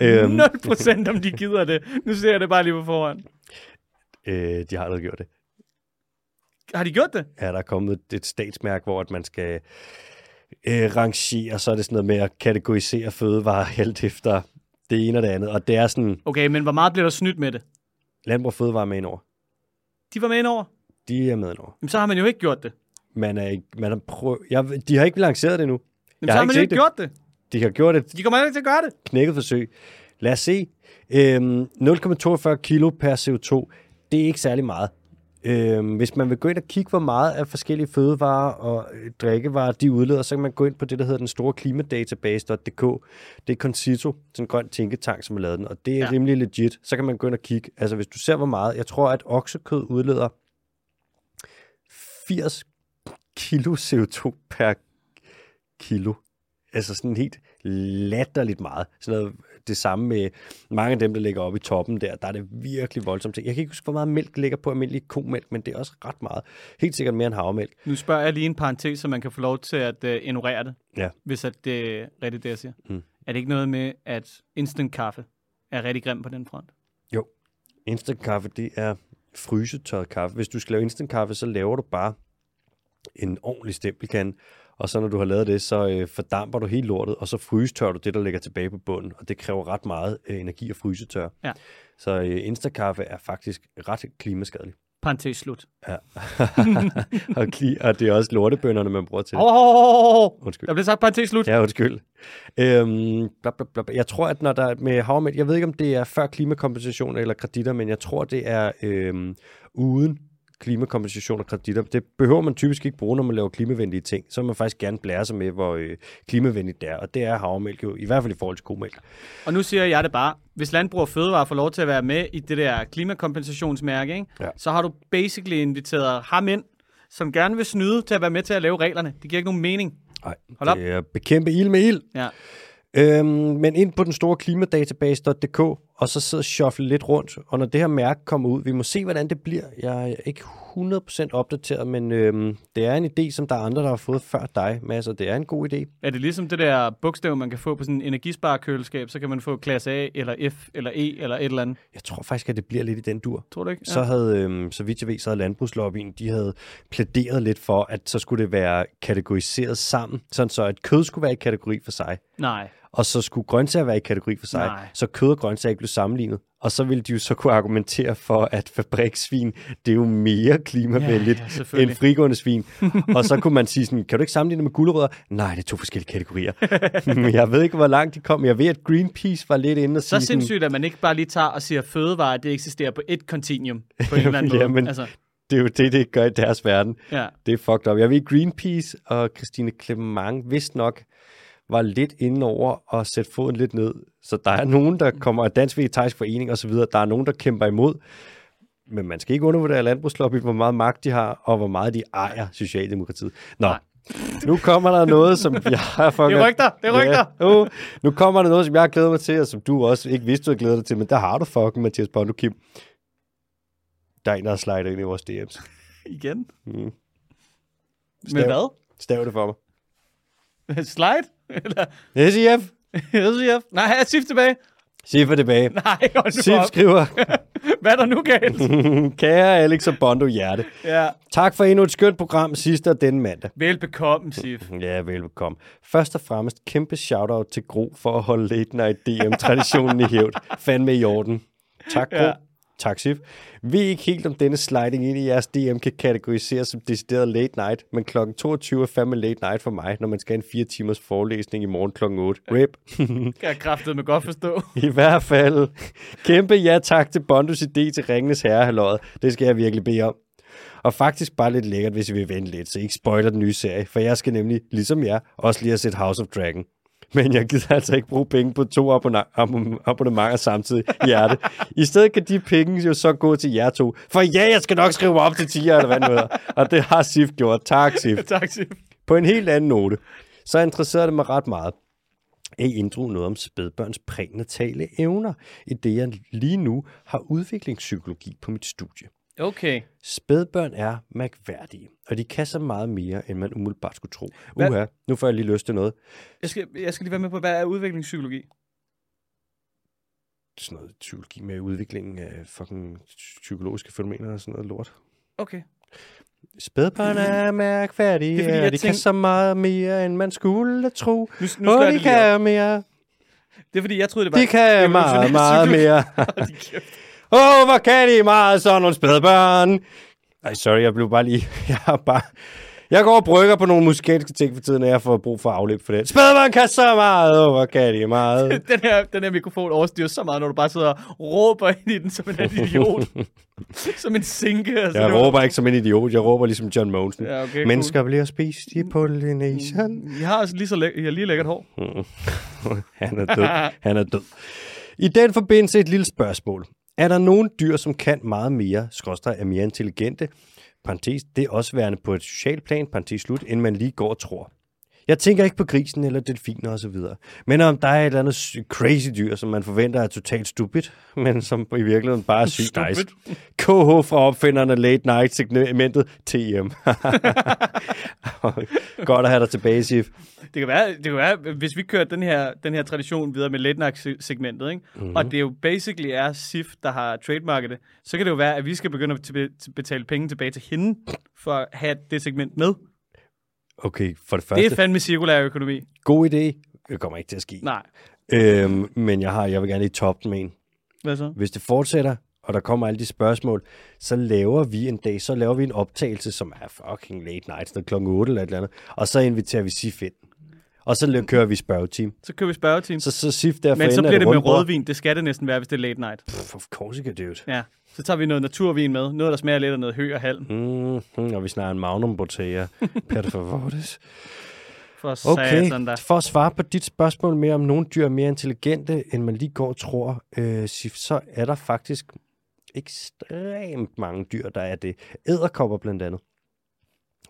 A: øhm,
B: 0% om de gider det. Nu ser jeg det bare lige på forhånd.
A: øh, de har allerede gjort det.
B: Har de gjort det?
A: er der kommet et statsmærke, hvor at man skal øh, rangere, så er det sådan noget med at kategorisere fødevarer alt efter det ene og det andet. Og det er sådan,
B: Okay, men hvor meget blev der snydt med det?
A: landbrug og fødevarer er med indover.
B: De var med indover.
A: De er med indover.
B: Jamen, så har man jo ikke gjort det.
A: Man er ikke, man har prøv... jeg, de har ikke lanceret det endnu.
B: Jamen,
A: Jeg
B: så
A: har
B: har man
A: ikke set
B: jo ikke
A: det.
B: gjort det.
A: De har gjort et
B: De kommer heller ikke til at gøre det.
A: knækket forsøg. Lad os se. Øhm, 0,42 kilo per CO2, det er ikke særlig meget. Øhm, hvis man vil gå ind og kigge, hvor meget af forskellige fødevarer og øh, drikkevarer, de udleder, så kan man gå ind på det, der hedder den store klimadatabase.dk. Det er Concito, sådan en grøn tænketank, som har lavet den, og det er ja.
B: Ja.
A: rimelig legit. Så kan man gå ind og kigge. Altså, hvis du ser, hvor meget... Jeg tror, at oksekød udleder 80 kilo CO2 per kilo. Altså sådan helt latterligt meget. Sådan noget, det samme med mange af dem, der ligger oppe i toppen der. Der er det virkelig voldsomt ting. Jeg kan ikke huske, hvor meget mælk ligger på almindelig komælk, men det er også ret meget. Helt sikkert mere end havmælk.
B: Nu spørger jeg lige en parentes, så man kan få lov til at øh, ignorere det,
A: Ja.
B: hvis at det er rigtigt, det jeg siger.
A: Mm.
B: Er det ikke noget med, at instant kaffe er rigtig grim på den front?
A: Jo. Instant kaffe, det er frysetørret kaffe. Hvis du skal lave instant kaffe, så laver du bare en ordentlig stempelkan, og så når du har lavet det, så øh, fordamper du hele lortet, og så frystørrer du det, der ligger tilbage på bunden, og det kræver ret meget øh, energi at frysetørre.
B: Ja.
A: Så øh, instakaffe er faktisk ret klimaskadelig.
B: Parentes slut.
A: Ja. [laughs] og, kli- og det er også lortebønderne, man bruger til.
B: Åh, oh,
A: Undskyld.
B: der blev sagt parentes slut.
A: Ja, undskyld. Øhm, bla, bla, bla. bla. Jeg tror, at når der er med havmænd, jeg ved ikke, om det er før klimakompensation eller kreditter, men jeg tror, det er øhm, uden klimakompensation og kreditter. Det behøver man typisk ikke bruge, når man laver klimavenlige ting. Så vil man faktisk gerne blære sig med, hvor øh, klimavenligt det er. Og det er havmælk jo, i hvert fald i forhold til komælk.
B: Og nu siger jeg det bare. Hvis Landbrug og Fødevare får lov til at være med i det der klimakompensationsmærke, ikke?
A: Ja.
B: så har du basically inviteret ham ind, som gerne vil snyde til at være med til at lave reglerne. Det giver ikke nogen mening.
A: Nej,
B: Hold op.
A: det er bekæmpe ild med ild.
B: Ja.
A: Øhm, men ind på den store klimadatabase.dk, og så sidde og shuffle lidt rundt. Og når det her mærke kommer ud, vi må se, hvordan det bliver. Jeg er ikke 100% opdateret, men øhm, det er en idé, som der er andre, der har fået før dig, Mads, og det er en god idé.
B: Er det ligesom det der bogstav, man kan få på sådan en energisparekøleskab, så kan man få klasse A, eller F, eller E, eller et eller andet.
A: Jeg tror faktisk, at det bliver lidt i den dur.
B: Tror du ikke?
A: Så havde, øhm, så vidt jeg ved, så havde landbrugslobbyen, de havde plæderet lidt for, at så skulle det være kategoriseret sammen, sådan så at kød skulle være i kategori for sig,
B: Nej.
A: og så skulle grøntsager være i kategori for sig,
B: Nej.
A: så kød og grøntsager ikke blev sammenlignet. Og så ville de jo så kunne argumentere for, at fabriksvin, det er jo mere klimavenligt
B: Ja, ja,
A: ja, end
B: selvfølgelig.
A: frigående svin. og så kunne man sige sådan, kan du ikke sammenligne det med gulerødder? Nej, det er to forskellige
B: [laughs]
A: kategorier. Men jeg ved ikke, hvor langt de kom. Jeg ved, at Greenpeace var lidt inde og
B: Så
A: sige sådan,
B: sindssygt, at man ikke bare lige tager og siger, at fødevarer, det eksisterer på et kontinuum på en eller anden måde.
A: [laughs] Ja, men-
B: altså,
A: det er jo det, det gør i deres verden.
B: ja.
A: Det er fucked up. Jeg ved, Greenpeace og Christine Clement vist nok var lidt inde over at sætte foden lidt ned. Så der er nogen, der kommer af Dansk Vegetarisk Forening osv. Der er nogen, der kæmper imod. Men man skal ikke undervurdere landbrugslobbyen, hvor meget magt de har, og hvor meget de ejer Socialdemokratiet. Nå,
B: Nej.
A: nu kommer der noget,
B: [laughs]
A: som jeg har fucking...
B: Det rygter, det rygter.
A: Ja, uh, nu kommer der noget, som jeg glæder mig til, og som du også ikke vidste, du havde glædet dig til, men der har du fucking, Mathias Bondo Kim. Der er en, der har slidet ind i vores DM's.
B: Igen. Mm. Med
A: Stav.
B: hvad?
A: Stav det for mig.
B: [laughs] Slide? Eller
A: SIF,
B: SIF? Nej, jeg SIF tilbage.
A: Sif er tilbage.
B: Nej, hold nu
A: Sif
B: op.
A: skriver,
B: Hvad er der nu
A: [laughs]
B: galt?
A: kære Alex og Bondo Hjerte,
B: ja.
A: tak for endnu et skønt program sidste og denne mandag.
B: Velbekomme, SIF.
A: Ja, velbekomme. Først og fremmest kæmpe shout-out til Gro for at holde late night DM-traditionen i hævd. Fandme i orden. Tak, Gro.
B: Ja.
A: Ja. Tak, Sif. Ved ikke helt, om denne sliding ind i jeres DM kan kategoriseres som decideret late night, men kl. 22 er fandme late night for mig, når man skal have en fire timers forelæsning i morgen kl. 8. Rip.
B: Kan jeg kraftet med godt forstå. [laughs]
A: I hvert fald. Kæmpe ja tak til Bondos idé til Ringenes Herre, halløjet. Det skal jeg virkelig bede om. Og faktisk bare lidt lækkert, hvis I vil vente lidt, så I ikke spoiler den nye serie, for jeg skal nemlig, ligesom jer, også lige have set House of Dragon. Men jeg gider altså ikke bruge penge på to abonna- abon- abonnementer samtidig, hjerte. I stedet kan de penge jo så gå til jer to. For ja, jeg skal nok skrive mig op til 10 eller hvad nu hedder. Og det har Sif gjort. Tak, Sif.
B: tak, SIF.
A: På en helt anden note, så interesserer det mig ret meget. Jeg inddrog noget om spædbørns prænatale evner, i det jeg lige nu har udviklingspsykologi på mit studie.
B: Okay.
A: Spædbørn er mærkværdige, og de kan så meget mere, end man umiddelbart skulle tro. Uha, nu får jeg lige lyst til noget.
B: Jeg skal, jeg skal lige være med på, hvad er udviklingspsykologi?
A: Sådan noget psykologi med udviklingen af fucking psykologiske fænomener og sådan noget lort.
B: Okay.
A: Spædbørn er mærkværdige,
B: Mm. Det er fordi, jeg
A: og de kan
B: tænkte-
A: så meget mere, end man skulle tro.
B: Nu, nu
A: og
B: skal
A: de
B: det lige op.
A: kan mere,
B: Det er fordi, jeg troede, det var...
A: de kan meget,
B: evolutionær
A: meget
B: psykologi.
A: mere.
B: [laughs] Hold din kæft.
A: Åh, oh, hvor kan I meget sådan nogle spædbørn? Ej, sorry, jeg blev bare lige... [laughs] Jeg har bare... Jeg går og brygger på nogle musikalske ting for tiden, og jeg får brug for afløb for det. Spædbørn kan så meget, åh, oh, hvor kan de
B: [laughs]
A: meget.
B: den, her, den her mikrofon overstyrer så meget, når du bare sidder og råber ind i den som
A: [laughs]
B: en idiot. som en sinke. Altså,
A: Jeg
B: det var-
A: råber ikke som en idiot, jeg råber ligesom John Monsen.
B: Ja, okay, cool.
A: Mennesker bliver spist i pollination.
B: Jeg har også lige, så læ- jeg har lige lækkert hår.
A: [laughs] Han er død. Han er død. I den forbindelse et lille spørgsmål. Er der nogen dyr, som kan meget mere, skråstreg er mere intelligente, parentes, det er også værende på et socialt plan, parentes slut, end man lige går og tror? Jeg tænker ikke på grisen eller delfiner osv., men om der er et eller andet sy- crazy dyr, som man forventer er totalt stupid, [laughs] men som i virkeligheden bare er sygt nice. KH fra opfinderne af Late Night segmentet TM. [laughs] Godt at have dig tilbage, Sif.
B: Det kan, være, det kan være, hvis vi kører den her, den her tradition videre med Letnak-segmentet, ikke? Mm-hmm. og det jo basically er SIF, der har trademarket det, så kan det jo være, at vi skal begynde at tilbe- til- betale penge tilbage til hende, for at have det segment med.
A: Okay, for det første.
B: Det er fandme cirkulær økonomi.
A: God idé. Det kommer ikke til at ske.
B: Nej,
A: Øhm, men jeg, har, jeg vil gerne lige toppe den med en.
B: hvad så?
A: Hvis det fortsætter, og der kommer alle de spørgsmål, så laver vi en dag, så laver vi en optagelse, som er fucking late night, sådan kl. 8 eller et eller andet, og så inviterer vi Sif ind. Og så kører vi spørgeteam.
B: Så kører vi spørgeteam.
A: Så, så sift der for
B: Men så
A: enden af
B: bliver det med
A: rundbord.
B: rødvin. Det skal det næsten være, hvis det er late night.
A: Pff, of course ikke, dude.
B: Ja. Så tager vi noget naturvin med. Noget, der smager lidt af noget hø og halm.
A: Mm, og vi snakker en magnum botea. per favores.
B: For at
A: Okay,
B: satan der.
A: for at svare på dit spørgsmål mere om nogle dyr er mere intelligente, end man lige går og tror, øh, Sif, så er der faktisk ekstremt mange dyr, der er det. Æderkopper blandt andet.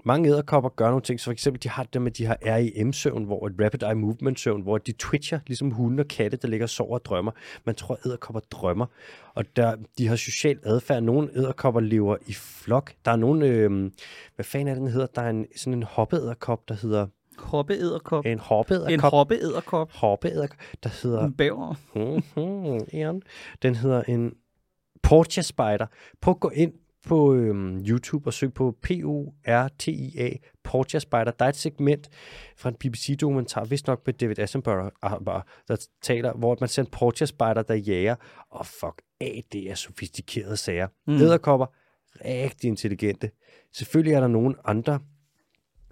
A: Mange æderkopper gør nogle ting, så for eksempel de har det der med, at de har REM-søvn, hvor et rapid eye movement søvn, hvor de twitcher, ligesom hunde og katte, der ligger og sover og drømmer. Man tror, at æderkopper drømmer, og der, de har social adfærd. Nogle æderkopper lever i flok. Der er nogle, øh, hvad fanden er det, den hedder? Der er en, sådan en hoppeæderkop, der hedder
B: Hoppeæderkop.
A: en
B: En
A: hoppeæderkop.
B: hoppeæderkop.
A: hoppeæderkop, der hedder...
B: En bæver.
A: Mhm, Jan. Den hedder en Portia Spider. Prøv at gå ind på øhm, YouTube og søg på P-O-R-T-I-A, Portia Spider. Der er et segment fra en BBC-dokumentar, vist nok med David Attenborough, ah, der taler, hvor man ser en Portia Spider, der jager. Og fuck af, det er sofistikerede sager. Mm. Æderkopper, rigtig intelligente. Selvfølgelig er der nogen andre.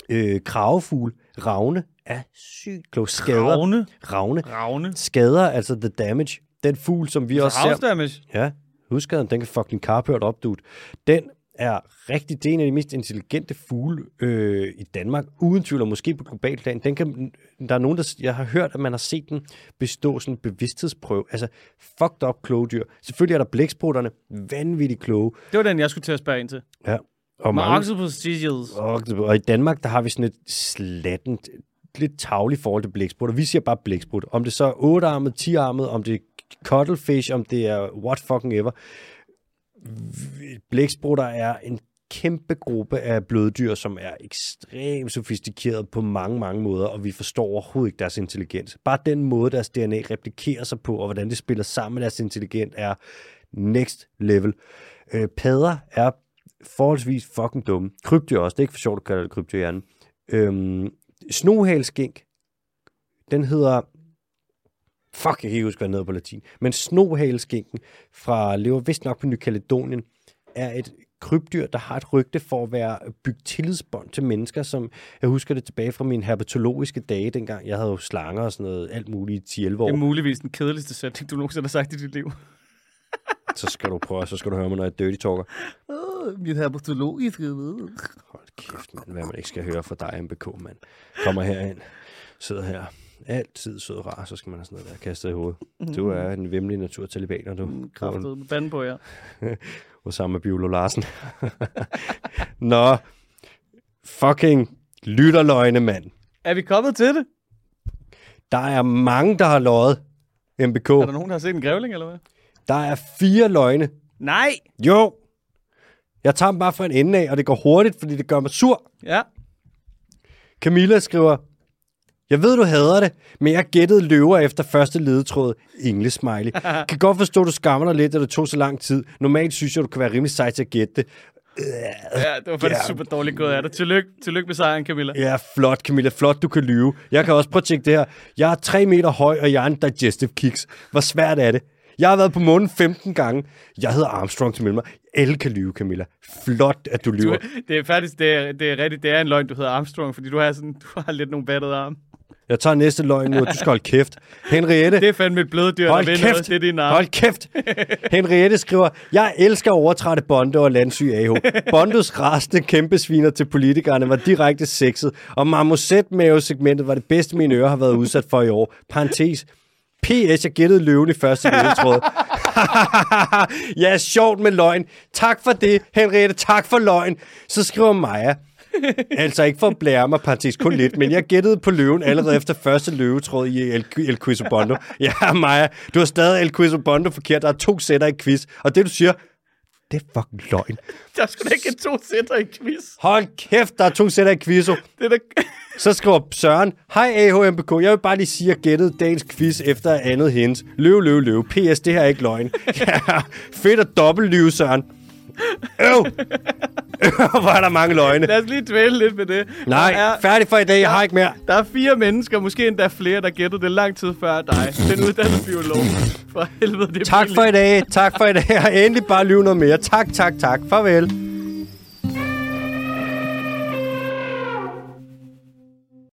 A: Øh, kravefugle, ravne, er sygt klog. Skader.
B: Ravne.
A: Ravne
B: Ravne.
A: skader, altså the damage, den fugl, som
B: Altså
A: vi også ser...
B: Havsdamage.
A: Ja, hudskaden, den kan fuck din karpørt op, dude. Den er rigtig, det er en af de mest intelligente fugle øh, i Danmark, uden tvivl, og måske på global plan. Den kan, der er nogen, der, jeg har hørt, at man har set den bestå sådan en bevidsthedsprøve. Altså, fucked up kloge dyr. Selvfølgelig er der blæksprutterne, vanvittigt kloge.
B: Det var den, jeg skulle til at spørge ind til.
A: Ja, og
B: Med
A: mange,
B: octopus seashells.
A: og, og i Danmark, der har vi sådan et slattent, lidt tavligt forhold til blæksprut, og vi siger bare blæksprut. Om det så er 8-armet, 10-armet, om det er cuttlefish, om det er what fucking ever. Vi- Blæksprutter er en kæmpe gruppe af bløddyr, som er ekstremt sofistikeret på mange, mange måder, og vi forstår overhovedet ikke deres intelligens. Bare den måde, deres DNA replikerer sig på, og hvordan det spiller sammen med deres intelligens, er next level. Øh, padder er forholdsvis fucking dumme. Krybdyr også, det er ikke for sjovt at kalde det krybdyr, Jan. Øhm, snohalskink, den hedder... Fuck, jeg kan ikke huske, hvad den hedder på latin. Men snohalskinken fra lever vist nok på Ny Kaledonien, er et krybdyr, der har et rygte for at være bygge tillidsbånd til mennesker, som jeg husker det tilbage fra mine herpetologiske dage, dengang jeg havde jo slanger og sådan noget, alt muligt i 10-11 år.
B: Det er muligvis den kedeligste sætning, du nogensinde har sagt i dit liv.
A: så skal du prøve, så skal du høre mig, når jeg dirty talker.
B: Øh, Mit herpetologiske ved.
A: Hold kæft, mand. Hvad man ikke skal høre fra dig, MBK, mand. Kommer herind. Sidder her. Altid sød og rar, så skal man have sådan noget der kastet i hovedet.
B: Mm.
A: Du er en vemmelig naturtalibaner, du. Mm,
B: Kraftet med banden på jer.
A: og sammen med Biolo Larsen. [laughs] Nå. Fucking lytterløgne, mand.
B: Er vi kommet til det?
A: Der er mange, der har løjet. MBK.
B: Er der nogen, der har set en grævling, eller hvad?
A: Der er fire løgne.
B: Nej!
A: Jo. Jeg tager dem bare fra en ende af, og det går hurtigt, fordi det gør mig sur.
B: Ja.
A: Camilla skriver, jeg ved, du hader det, men jeg gættede løver efter første ledetråd. Engle smiley. Kan godt forstå, du skammer dig lidt, at det tog så lang tid. Normalt synes jeg, du kan være rimelig sej til at gætte det.
B: Ja, det var faktisk
A: Ja.
B: super dårligt gået af dig. Tillykke, tillykke med sejren, Camilla.
A: Ja, flot, Camilla. Flot, du kan lyve. Jeg kan også prøve at tjekke det her. Jeg er 3 meter høj, og jeg er en digestive kiks. Hvor svært er det? Jeg har været på månen 15 gange. Jeg hedder Armstrong til mig. Alle kan lyve, Camilla. Flot, at du
B: [laughs]
A: lyver.
B: Det er faktisk, det er, det er rigtigt, det er en løgn, du hedder Armstrong, fordi du har, sådan, du har lidt nogle battede arme.
A: Jeg tager næste løgn nu, og du skal holde kæft. Henriette,
B: Det er fandme et bløddyr, der ved noget. Det er din arm.
A: Hold kæft. Henriette skriver, jeg elsker overtrætte Bondo og landsyg AH. Bondos rasende kæmpesviner til politikerne var direkte sexet, og marmoset-mave-segmentet var det bedste, mine ører har været udsat for i år. Parentes. P.S. Jeg gættede løven i første ledetråd. ja, sjovt med løgn. Tak for det, Henriette. Tak for løgn. Så skriver Maja. altså ikke for at blære mig, parentes kun lidt, men jeg gættede på løven allerede efter første løvetråd i El, El Quiz Bondo. Ja, Maja, du har stadig El Quiz Bondo forkert. Der er to sætter i quiz, og det du siger, det er fucking løgn.
B: Der skulle da ikke to sætter i quiz.
A: Hold kæft, der er to sætter i quizzo.
B: Det er da...
A: Så skriver Søren, Hej AHMBK, jeg vil bare lige sige, at jeg gættede dagens quiz efter andet hint. Løv, løv, løv. PS, det her er ikke løgn. [laughs] ja, fedt at dobbeltlyve, Søren. Øv! Øv, hvor er der mange løgne.
B: Lad os lige dvæle lidt ved det.
A: Nej,
B: Der er,
A: færdig for i dag. Jeg har ikke mere.
B: der er fire mennesker, måske endda flere, der gættede det lang tid før dig. Den uddannede biolog. For helvede, det er
A: Tak for
B: pinligt.
A: i dag. Tak for i dag. Og endelig bare lyve noget mere. Tak, tak, tak. Farvel.